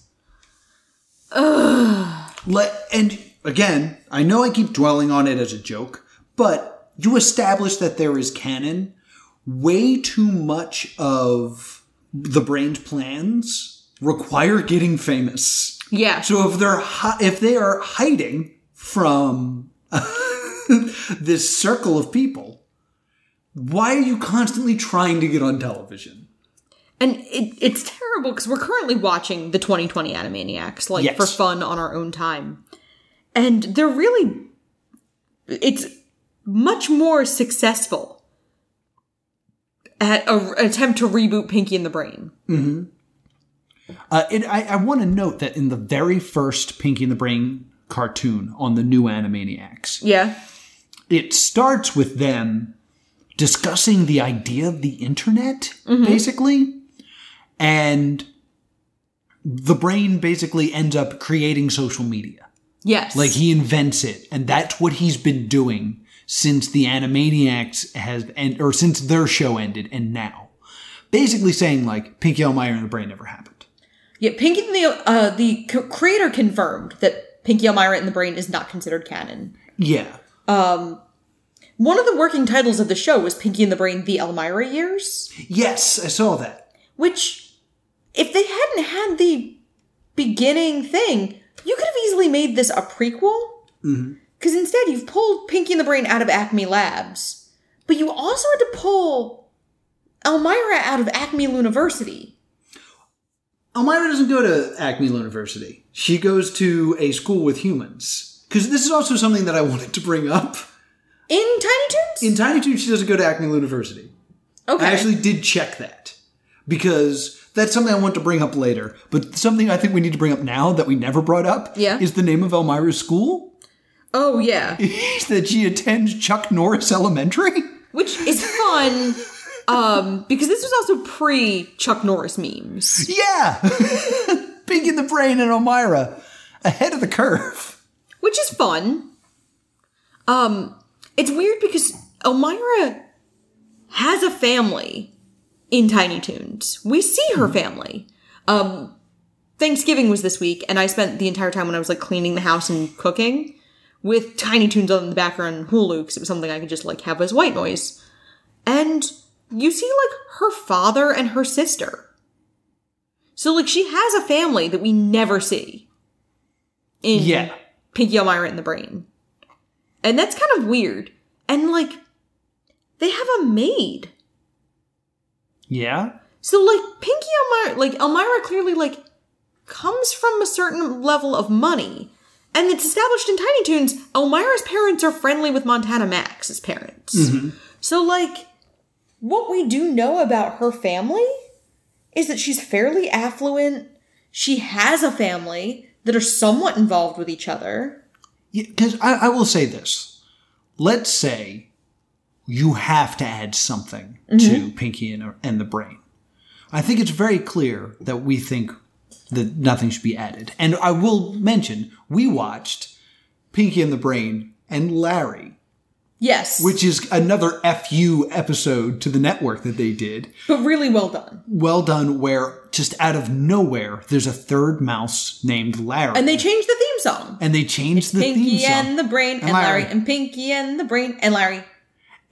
Speaker 2: Let, and again i know i keep dwelling on it as a joke but you establish that there is canon way too much of the brain's plans require getting famous
Speaker 1: yeah,
Speaker 2: So if they're hi- if they are hiding from (laughs) this circle of people, why are you constantly trying to get on television?
Speaker 1: and it, it's terrible because we're currently watching the 2020 Animaniacs, like
Speaker 2: Yes.
Speaker 1: for fun on our own time, and they're really it's much more successful at a, attempt to reboot Pinky and the Brain.
Speaker 2: Uh, it, I, I want to note that in the very first Pinky and the Brain cartoon on the new Animaniacs,
Speaker 1: Yeah.
Speaker 2: it starts with them discussing the idea of the internet, basically. And the brain basically ends up creating social media.
Speaker 1: Yes.
Speaker 2: Like he invents it, and that's what he's been doing since the Animaniacs has and or since their show ended and now. Basically saying like Pinky Elmeyer and the Brain never happened.
Speaker 1: Yeah, Pinky and the uh, the c- creator confirmed that Pinky Elmira and the Brain is not considered canon.
Speaker 2: Yeah.
Speaker 1: One of the working titles of the show was Pinky and the Brain: The Elmira Years,
Speaker 2: Yes, I saw that.
Speaker 1: which, if they hadn't had the beginning thing, you could have easily made this a prequel. Because instead, you've pulled Pinky and the Brain out of Acme Labs, but you also had to pull Elmira out of Acme University.
Speaker 2: Elmira doesn't go to Acme University. She goes to a school with humans. Because this is also something that I wanted to bring up.
Speaker 1: In Tiny Toons?
Speaker 2: In Tiny Toons, she doesn't go to Acme University.
Speaker 1: okay.
Speaker 2: I actually did check that because that's something I want to bring up later. But something I think we need to bring up now that we never brought up
Speaker 1: Yeah.
Speaker 2: is the name of Elmira's school (laughs)
Speaker 1: oh, yeah.
Speaker 2: that she attends Chuck
Speaker 1: (laughs)
Speaker 2: Norris Elementary.
Speaker 1: which is fun um because this was also pre Chuck Norris memes.
Speaker 2: Yeah, (laughs) Pink in the Brain and Elmira ahead of the curve.
Speaker 1: Which is fun. Um it's weird because Elmira has a family in Tiny Toons. We see her family. Um Thanksgiving was this week and I spent the entire time when I was like cleaning the house and cooking with Tiny Toons on in the background Hulu because it was something I could just like have as white noise. And you see like her father and her sister. So like she has a family that we never see. In
Speaker 2: Yeah.
Speaker 1: Pinky Elmira in the brain. And that's kind of weird. And like they have a maid.
Speaker 2: Yeah,
Speaker 1: So like Pinky Elmira like Elmira clearly like comes from a certain level of money. And it's established in Tiny Toons, Elmira's parents are friendly with Montana Max's parents.
Speaker 2: Mm-hmm.
Speaker 1: So like what we do know about her family is that she's fairly affluent. She has a family that are somewhat involved with each other.
Speaker 2: because I, I will say this. Let's say you have to add something to
Speaker 1: Mm-hmm.
Speaker 2: Pinky and, and the Brain. I think it's very clear that we think that nothing should be added. And I will mention we watched Pinky and the Brain and Larry,
Speaker 1: Yes.
Speaker 2: which is another FU episode to the network that they did.
Speaker 1: but really well done.
Speaker 2: Well done, where just out of nowhere, there's a third mouse named Larry.
Speaker 1: And they changed the theme song.
Speaker 2: and they changed Mm-hmm. the theme
Speaker 1: Pinky
Speaker 2: song.
Speaker 1: and the Brain and, Larry. and Pinky and the Brain and Larry.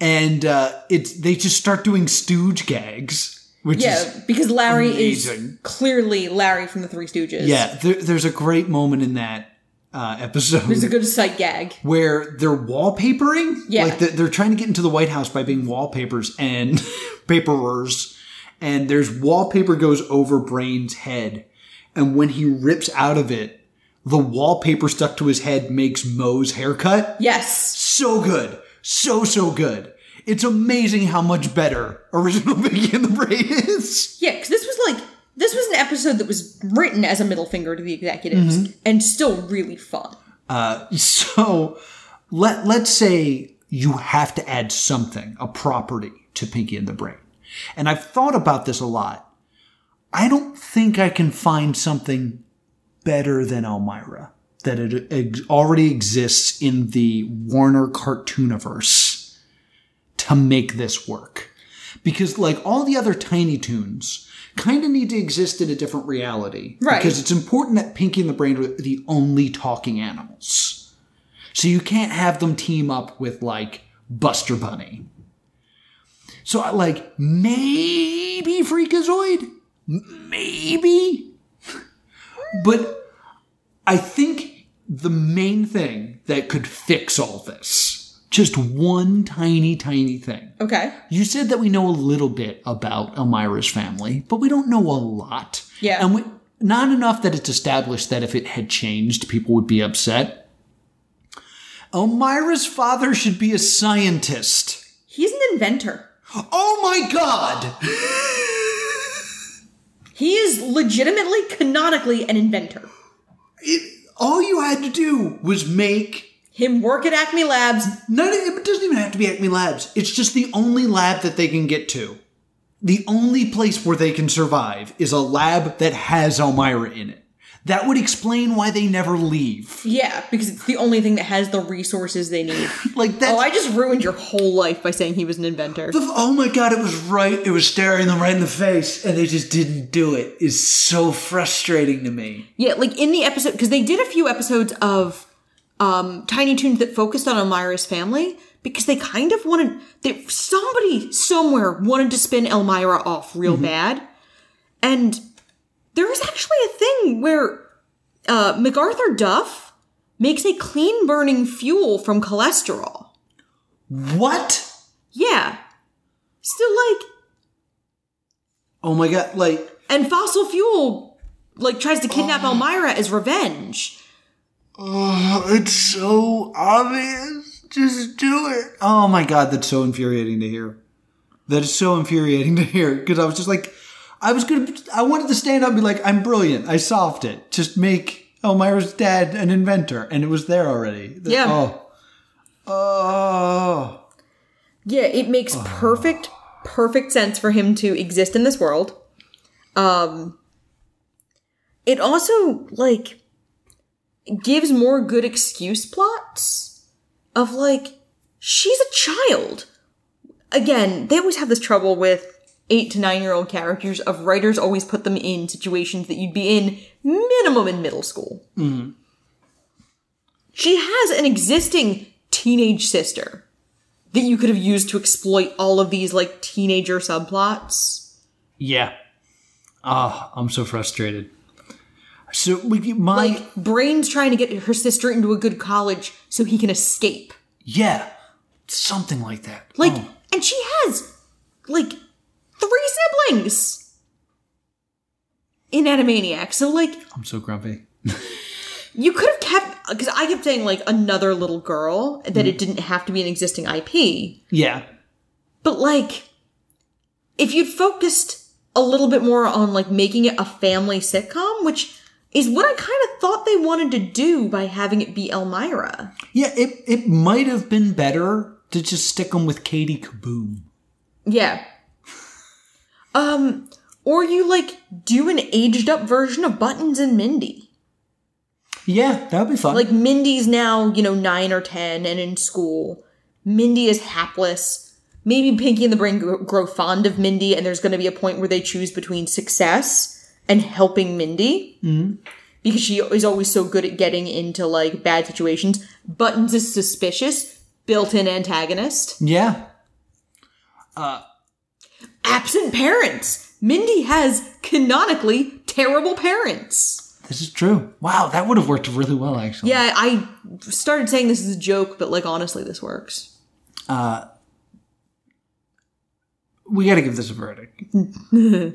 Speaker 2: and uh, it's they just start doing stooge gags, which is
Speaker 1: Yeah, because Larry is
Speaker 2: amazing.
Speaker 1: clearly Larry from the Three Stooges.
Speaker 2: yeah. There, there's a great moment in that uh, episode
Speaker 1: It's a good sight gag.
Speaker 2: (laughs) where they're wallpapering.
Speaker 1: Yeah.
Speaker 2: like they're, they're trying to get into the White House by being wallpapers and (laughs) paperers, and there's wallpaper goes over Brain's head, and when he rips out of it, the wallpaper stuck to his head makes Moe's haircut.
Speaker 1: Yes.
Speaker 2: so good. So, so good. It's amazing how much better (laughs) original Pinky and the Brain is.
Speaker 1: Yeah, because this was like this was an episode that was written as a middle finger to the executives
Speaker 2: Mm-hmm.
Speaker 1: and still really fun.
Speaker 2: So, let, let's say you have to add something, a property to Pinky and the Brain. And I've thought about this a lot. I don't think I can find something better than Elmira that it ex- already exists in the Warner cartooniverse to make this work. Because like all the other Tiny Toons kind of need to exist in a different reality.
Speaker 1: Right.
Speaker 2: Because it's important that Pinky and the Brain are the only talking animals. So you can't have them team up with like Buster Bunny. So I like maybe Freakazoid, maybe but I think the main thing that could fix all this, just one tiny, tiny thing.
Speaker 1: Okay.
Speaker 2: You said that we know a little bit about Elmira's family, but we don't know a lot.
Speaker 1: Yeah.
Speaker 2: And we, not enough that it's established that if it had changed, people would be upset. Elmira's father should be a scientist.
Speaker 1: He's an inventor.
Speaker 2: Oh my god! (laughs)
Speaker 1: He is legitimately, canonically an inventor.
Speaker 2: All you had to do was make
Speaker 1: him work at Acme Labs.
Speaker 2: Not, it doesn't even have to be Acme Labs. It's just the only lab that they can get to. The only place where they can survive is a lab that has Elmira in it. That would explain why they never leave.
Speaker 1: Yeah, because it's the only thing that has the resources they
Speaker 2: (laughs)
Speaker 1: need.
Speaker 2: Like that.
Speaker 1: Oh, I just ruined your whole life by saying he was an inventor.
Speaker 2: oh my god, it was right. It was staring them right in the face, and they just didn't do it. Is so frustrating to me.
Speaker 1: Yeah, like in the episode because they did a few episodes of um Tiny Toons that focused on Elmira's family because they kind of wanted that somebody somewhere wanted to spin Elmira off real bad. And there is actually a thing where uh MacArthur Duff makes a clean burning fuel from cholesterol.
Speaker 2: What?
Speaker 1: Yeah. Still like
Speaker 2: Oh my god! Like
Speaker 1: and fossil fuel like tries to kidnap Elmira as revenge.
Speaker 2: it's so obvious. Just do it. Oh my god, that's so infuriating to hear. That is so infuriating (laughs) to hear because I was just like, I was gonna, I wanted to stand up and be like, I'm brilliant. I solved it. Just make Elmira's dad an inventor, and it was there already. The-
Speaker 1: Yeah.
Speaker 2: Oh. Oh.
Speaker 1: Yeah, it makes perfect, perfect sense for him to exist in this world. Um, it also like gives more good excuse plots of like she's a child. Again, they always have this trouble with eight to nine year old characters. Of writers always put them in situations that you'd be in minimum in middle school. She has an existing teenage sister that you could have used to exploit all of these like teenager subplots.
Speaker 2: Yeah. Ah, I'm so frustrated. So we, my
Speaker 1: Like Brain's trying to get her sister into a good college so he can escape.
Speaker 2: yeah, something like that.
Speaker 1: Like
Speaker 2: Oh.
Speaker 1: and she has like three siblings in Animaniac. So like
Speaker 2: I'm so grumpy.
Speaker 1: you could have kept because I kept saying like another little girl that it didn't have to be an existing IP.
Speaker 2: Yeah.
Speaker 1: But like, if you'd focused a little bit more on like making it a family sitcom, which is what I kind of thought they wanted to do by having it be Elmira.
Speaker 2: Yeah, it, it might have been better to just stick them with Katie Kaboom.
Speaker 1: Yeah. Um, or you like do an aged up version of Buttons and Mindy.
Speaker 2: Yeah, that would be fun.
Speaker 1: Like Mindy's now, you know, nine or ten and in school. Mindy is hapless. Maybe Pinky and the Brain gr- grow fond of Mindy, and there's going to be a point where they choose between success and helping Mindy because she is always so good at getting into like bad situations. Buttons is suspicious, built-in antagonist,
Speaker 2: yeah.
Speaker 1: absent parents. Mindy has canonically terrible parents.
Speaker 2: This is true. Wow, that would have worked really well, actually.
Speaker 1: Yeah, I started saying this as a joke, but like honestly, this works.
Speaker 2: We got to give this a verdict. (laughs) W-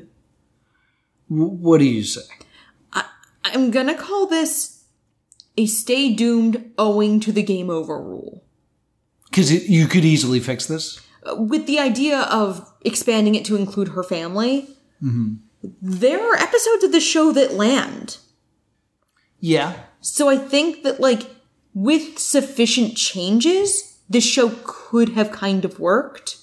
Speaker 2: what do you say?
Speaker 1: I'm gonna call this a stay doomed owing to the game over rule.
Speaker 2: Because you could easily fix this.
Speaker 1: Uh, With the idea of expanding it to include her family, there are episodes of the show that land.
Speaker 2: Yeah.
Speaker 1: So I think that, like, with sufficient changes, the show could have kind of worked.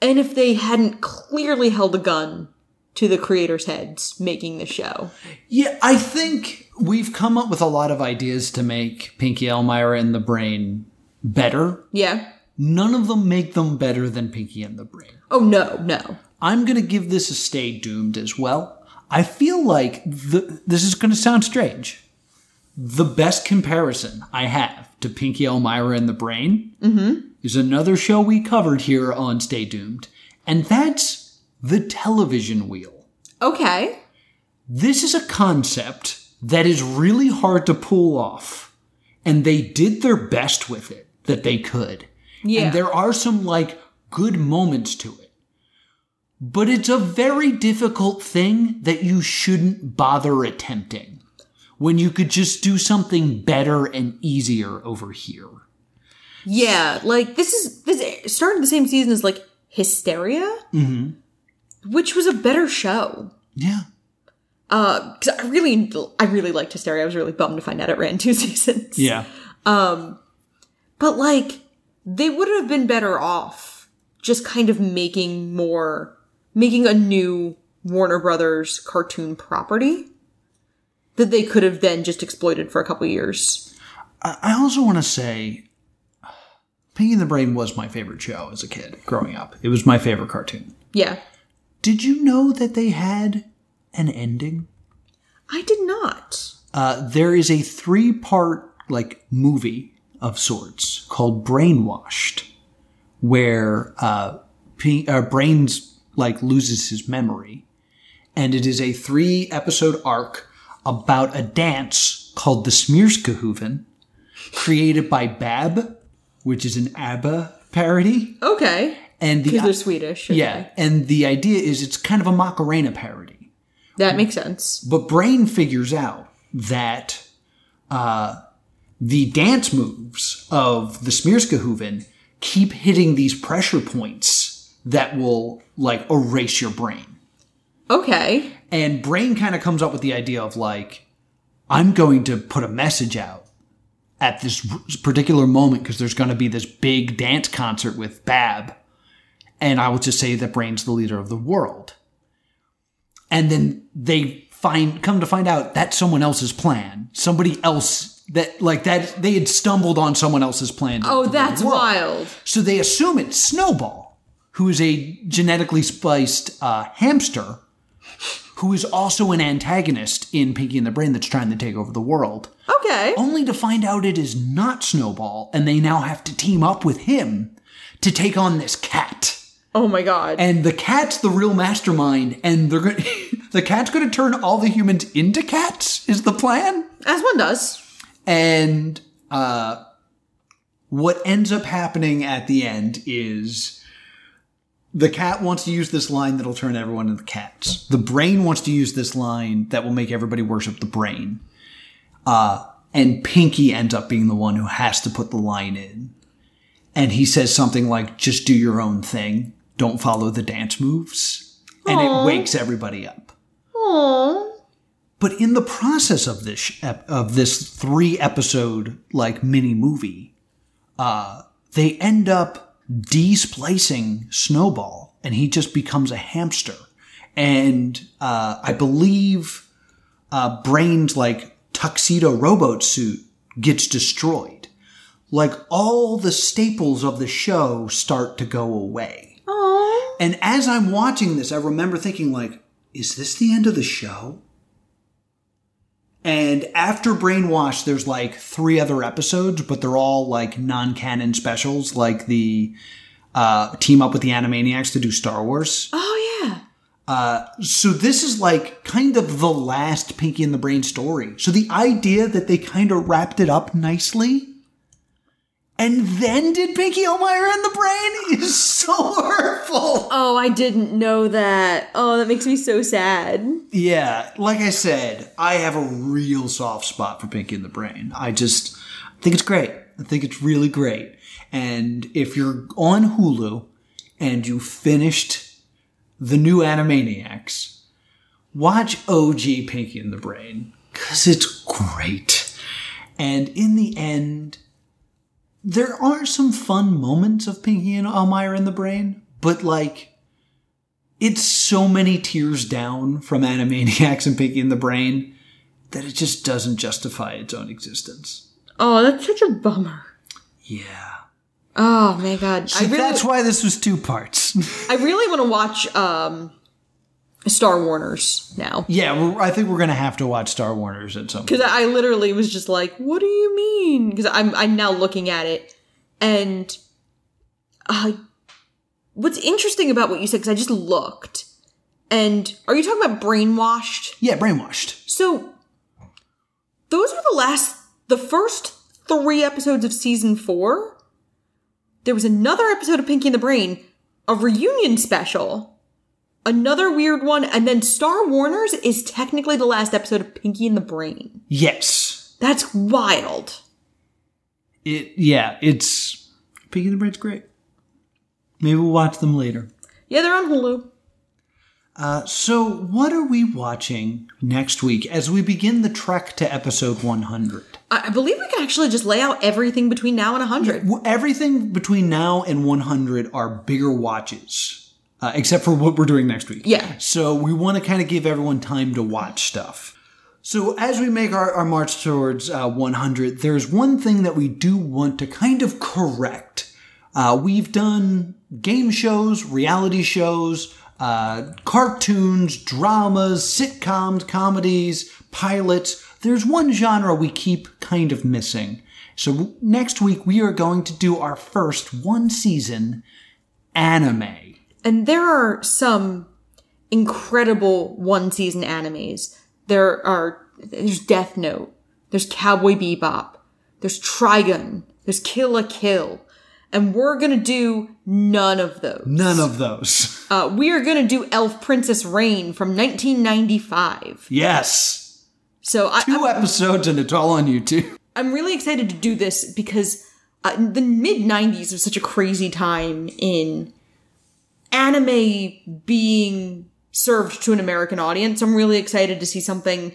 Speaker 1: And if they hadn't clearly held a gun to the creators' heads making the show.
Speaker 2: Yeah, I think we've come up with a lot of ideas to make Pinky Elmira and the Brain better.
Speaker 1: Yeah.
Speaker 2: None of them make them better than Pinky and the Brain.
Speaker 1: Oh, no, no.
Speaker 2: I'm going to give this a stay doomed as well. I feel like the, this is going to sound strange. The best comparison I have to Pinky Elmira and the Brain is another show we covered here on Stay Doomed, and that's The Television Wheel.
Speaker 1: Okay.
Speaker 2: This is a concept that is really hard to pull off, and they did their best with it that they could.
Speaker 1: Yeah.
Speaker 2: And there are some like good moments to it. But it's a very difficult thing that you shouldn't bother attempting when you could just do something better and easier over here.
Speaker 1: Yeah, like this is this started the same season as like Hysteria,
Speaker 2: Mm-hmm.
Speaker 1: which was a better show.
Speaker 2: Yeah.
Speaker 1: Uh, because I really, I really liked Hysteria. I was really bummed to find out it ran two (laughs) seasons.
Speaker 2: Yeah.
Speaker 1: But like, they would have been better off just kind of making more, making a new Warner Brothers cartoon property that they could have then just exploited for a couple years.
Speaker 2: I also want to say Pinky and the Brain was my favorite show as a kid growing up. It was my favorite cartoon.
Speaker 1: Yeah.
Speaker 2: Did you know that they had an ending?
Speaker 1: I did not.
Speaker 2: Uh, there is a three part like movie of sorts called Brainwashed, where uh, P- uh, Brains like loses his memory, and it is a three episode arc about a dance called the Smearskahooven, created by Bab, which is an ABBA parody,
Speaker 1: Okay.
Speaker 2: and the
Speaker 1: Because they're Swedish. okay.
Speaker 2: yeah, and the idea is it's kind of a Macarena parody.
Speaker 1: That makes sense.
Speaker 2: But Brain figures out that uh, the dance moves of the Smearskahooven keep hitting these pressure points that will like erase your brain.
Speaker 1: Okay.
Speaker 2: And Brain kind of comes up with the idea of like, I'm going to put a message out at this particular moment because there's going to be this big dance concert with Bab. And I will just say that Brain's the leader of the world. And then they find come to find out that's someone else's plan. Somebody else that like that they had stumbled on someone else's plan. to
Speaker 1: Oh,
Speaker 2: rule the
Speaker 1: that's
Speaker 2: world.
Speaker 1: wild.
Speaker 2: So they assume it's Snowball, who is a genetically spiced uh, hamster, who is also an antagonist in Pinky and the Brain that's trying to take over the world.
Speaker 1: Okay.
Speaker 2: Only to find out it is not Snowball, and they now have to team up with him to take on this cat.
Speaker 1: Oh my god.
Speaker 2: And the cat's the real mastermind, and they're going (laughs) the cat's going to turn all the humans into cats. Is the plan?
Speaker 1: As one does.
Speaker 2: And uh, what ends up happening at the end is the cat wants to use this line that'll turn everyone into cats. The brain wants to use this line that will make everybody worship the brain. Uh, and Pinky ends up being the one who has to put the line in. And he says something like, just do your own thing, don't follow the dance moves. And it wakes everybody up.
Speaker 1: Aww.
Speaker 2: But in the process of this sh- ep- of this three episode like mini movie, uh, they end up displacing Snowball, and he just becomes a hamster. And uh, I believe uh, Brain's like tuxedo robot suit gets destroyed. Like all the staples of the show start to go away.
Speaker 1: Aww.
Speaker 2: And as I'm watching this, I remember thinking, like, is this the end of the show? And after Brainwash, there's like three other episodes, but they're all like non canon specials, like the uh, team up with the Animaniacs to do Star Wars.
Speaker 1: Oh yeah.
Speaker 2: So this is like kind of the last Pinky and the Brain story. So the idea that they kind of wrapped it up nicely. And then did Pinky Elmira and the Brain is so (laughs) hurtful.
Speaker 1: Oh, I didn't know that. Oh, that makes me so sad.
Speaker 2: Yeah, like I said, I have a real soft spot for Pinky and the Brain. I just I think it's great. I think it's really great. And if you're on Hulu and you finished the new Animaniacs, watch OG Pinky and the Brain because it's great. And in the end, there are some fun moments of Pinky and Elmira in the Brain, but like it's so many tiers down from Animaniacs and Pinky and the Brain that it just doesn't justify its own existence.
Speaker 1: Oh, that's such a bummer.
Speaker 2: Yeah.
Speaker 1: Oh my god. I really,
Speaker 2: that's why this was two parts. (laughs)
Speaker 1: I really want to watch um Star Warners now.
Speaker 2: yeah, we're, I think we're going to have to watch Star Warners at some point.
Speaker 1: Because I I literally was just like, "What do you mean?" Because I'm I'm now looking at it, and uh, what's interesting about what you said? Because I just looked, and are you talking about brainwashed?
Speaker 2: Yeah, Brainwashed.
Speaker 1: So those were the last, the first three episodes of season four. There was another episode of Pinky and the Brain, a reunion special, another weird one, and then Star Warners is technically the last episode of Pinky and the Brain.
Speaker 2: Yes.
Speaker 1: That's wild.
Speaker 2: It. Yeah, it's. Pinky and the Brain's great. Maybe we'll watch them later.
Speaker 1: Yeah, they're on Hulu.
Speaker 2: Uh, so, what are we watching next week as we begin the trek to episode 100?
Speaker 1: I I believe we can actually just lay out everything between now and 100.
Speaker 2: W- Everything between now and 100 are bigger watches, uh, except for what we're doing next week.
Speaker 1: Yeah.
Speaker 2: So, we want to kind of give everyone time to watch stuff. So, as we make our, our march towards uh, 100, there's one thing that we do want to kind of correct. Uh, we've done game shows, reality shows, uh, cartoons, dramas, sitcoms, comedies, pilots. There's one genre we keep kind of missing. So, next week we are going to do our first one season anime.
Speaker 1: And there are some incredible one season animes. There are, there's Death Note, there's Cowboy Bebop, there's Trigun, there's Kill a Kill. And we're gonna do none of those.
Speaker 2: None of those.
Speaker 1: Uh, we are gonna do Elf Princess Rain from 1995.
Speaker 2: Yes.
Speaker 1: So I,
Speaker 2: Two episodes and it's all on YouTube.
Speaker 1: I'm really excited to do this because uh, the mid 90s was such a crazy time in anime being served to an American audience. I'm really excited to see something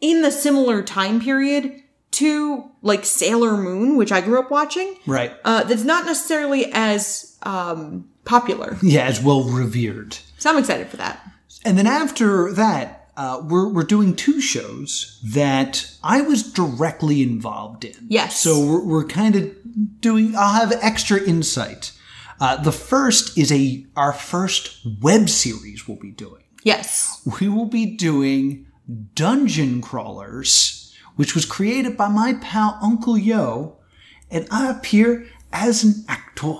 Speaker 1: in the similar time period to like Sailor Moon, which I grew up watching,
Speaker 2: Right.
Speaker 1: uh, that's not necessarily as um, popular.
Speaker 2: Yeah, as well revered.
Speaker 1: So I'm excited for that.
Speaker 2: And then after that, uh, we're, we're doing two shows that I was directly involved in.
Speaker 1: Yes.
Speaker 2: So we're, we're kind of doing, I'll have extra insight. Uh, the first is a our first web series we'll be doing.
Speaker 1: Yes.
Speaker 2: We will be doing Dungeon Crawlers, which was created by my pal Uncle Yo, and I appear as an actor.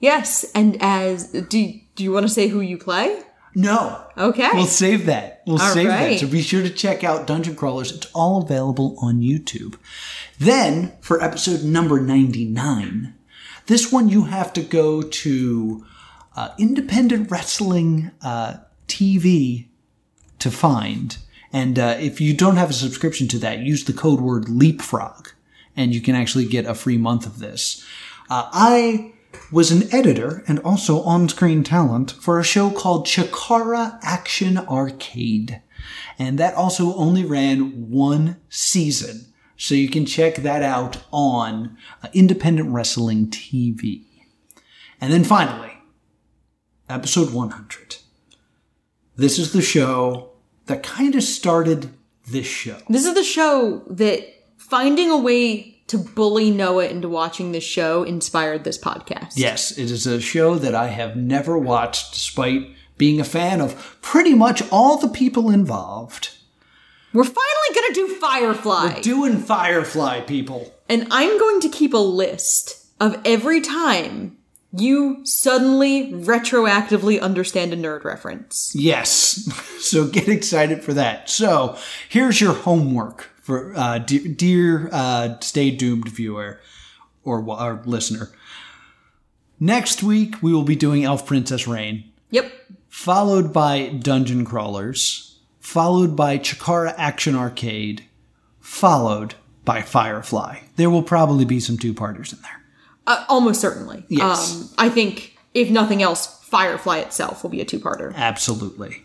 Speaker 1: Yes. And as, do, do you want to say who you play?
Speaker 2: No,
Speaker 1: Okay.
Speaker 2: We'll save that. We'll
Speaker 1: All
Speaker 2: save
Speaker 1: right.
Speaker 2: that. So be sure to check out Dungeon Crawlers. It's all available on YouTube. Then for episode number 99, this one you have to go to uh, Independent Wrestling uh, TV to find. And uh, if you don't have a subscription to that, use the code word LEAPFROG and you can actually get a free month of this. Uh, I was an editor and also on screen talent for a show called Chikara Action Arcade. And that also only ran one season. So you can check that out on uh, Independent Wrestling TV. And then finally, episode 100. This is the show that kind of started this show.
Speaker 1: This is the show that finding a way to bully Noah into watching this show inspired this podcast.
Speaker 2: Yes, it is a show that I have never watched despite being a fan of pretty much all the people involved.
Speaker 1: We're finally going to do Firefly.
Speaker 2: Doing Firefly, people.
Speaker 1: and I'm going to keep a list of every time you suddenly retroactively understand a nerd reference.
Speaker 2: Yes. (laughs) So get excited for that. So here's your homework for uh, dear, dear uh, stay doomed viewer or, wa- or listener. Next week, we will be doing Elf Princess Rain.
Speaker 1: Yep.
Speaker 2: followed by Dungeon Crawlers, followed by Chikara Action Arcade, followed by Firefly. There will probably be some two-parters in there.
Speaker 1: Uh, almost certainly.
Speaker 2: Yes.
Speaker 1: Um, I think, if nothing else, Firefly itself will be a two parter.
Speaker 2: Absolutely.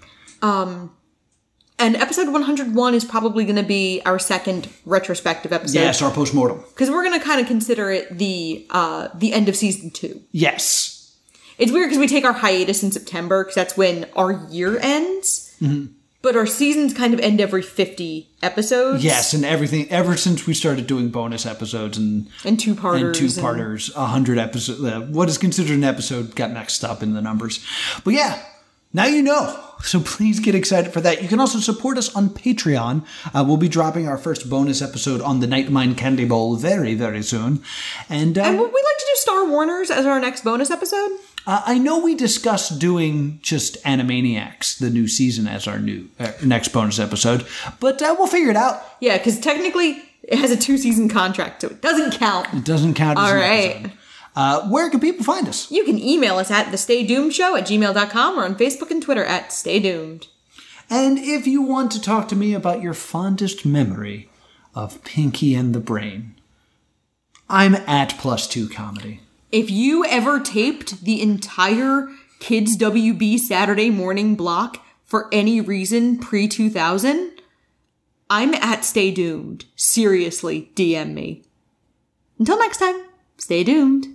Speaker 1: And episode 101 is probably going to be our second retrospective episode.
Speaker 2: Yes, our postmortem.
Speaker 1: because we're gonna kind of consider it the uh the end of season two
Speaker 2: Yes.
Speaker 1: it's weird because we take our hiatus in september because that's when our year ends
Speaker 2: Mm-hmm.
Speaker 1: but our seasons kind of end every 50 episodes
Speaker 2: Yes, and everything ever since we started doing bonus episodes and,
Speaker 1: and two-parters
Speaker 2: and two-parters, a hundred episodes, uh, what is considered an episode got mixed up in the numbers. But yeah, now you know. So please get excited for that. You can also support us on Patreon. Uh, we'll be dropping our first bonus episode on the Night Mine Candy Bowl very, very soon. And, uh,
Speaker 1: and would we like to do star warners as our next bonus episode
Speaker 2: uh, I know we discussed doing just Animaniacs, the new season, as our new uh, next bonus episode, but uh, we'll figure it out.
Speaker 1: yeah because technically it has a two season contract so it doesn't count
Speaker 2: It doesn't count as
Speaker 1: all
Speaker 2: an
Speaker 1: right
Speaker 2: episode. Uh, where can people find us?
Speaker 1: you can email us at the stay doomed show at gmail.com or on facebook and twitter at stay doomed
Speaker 2: And if you want to talk to me about your fondest memory of Pinky and the Brain, I'm at plus two comedy.
Speaker 1: if you ever taped the entire kids WB Saturday morning block for any reason pre 2000, I'm at Stay Doomed. Seriously, DM me. Until next time, stay doomed.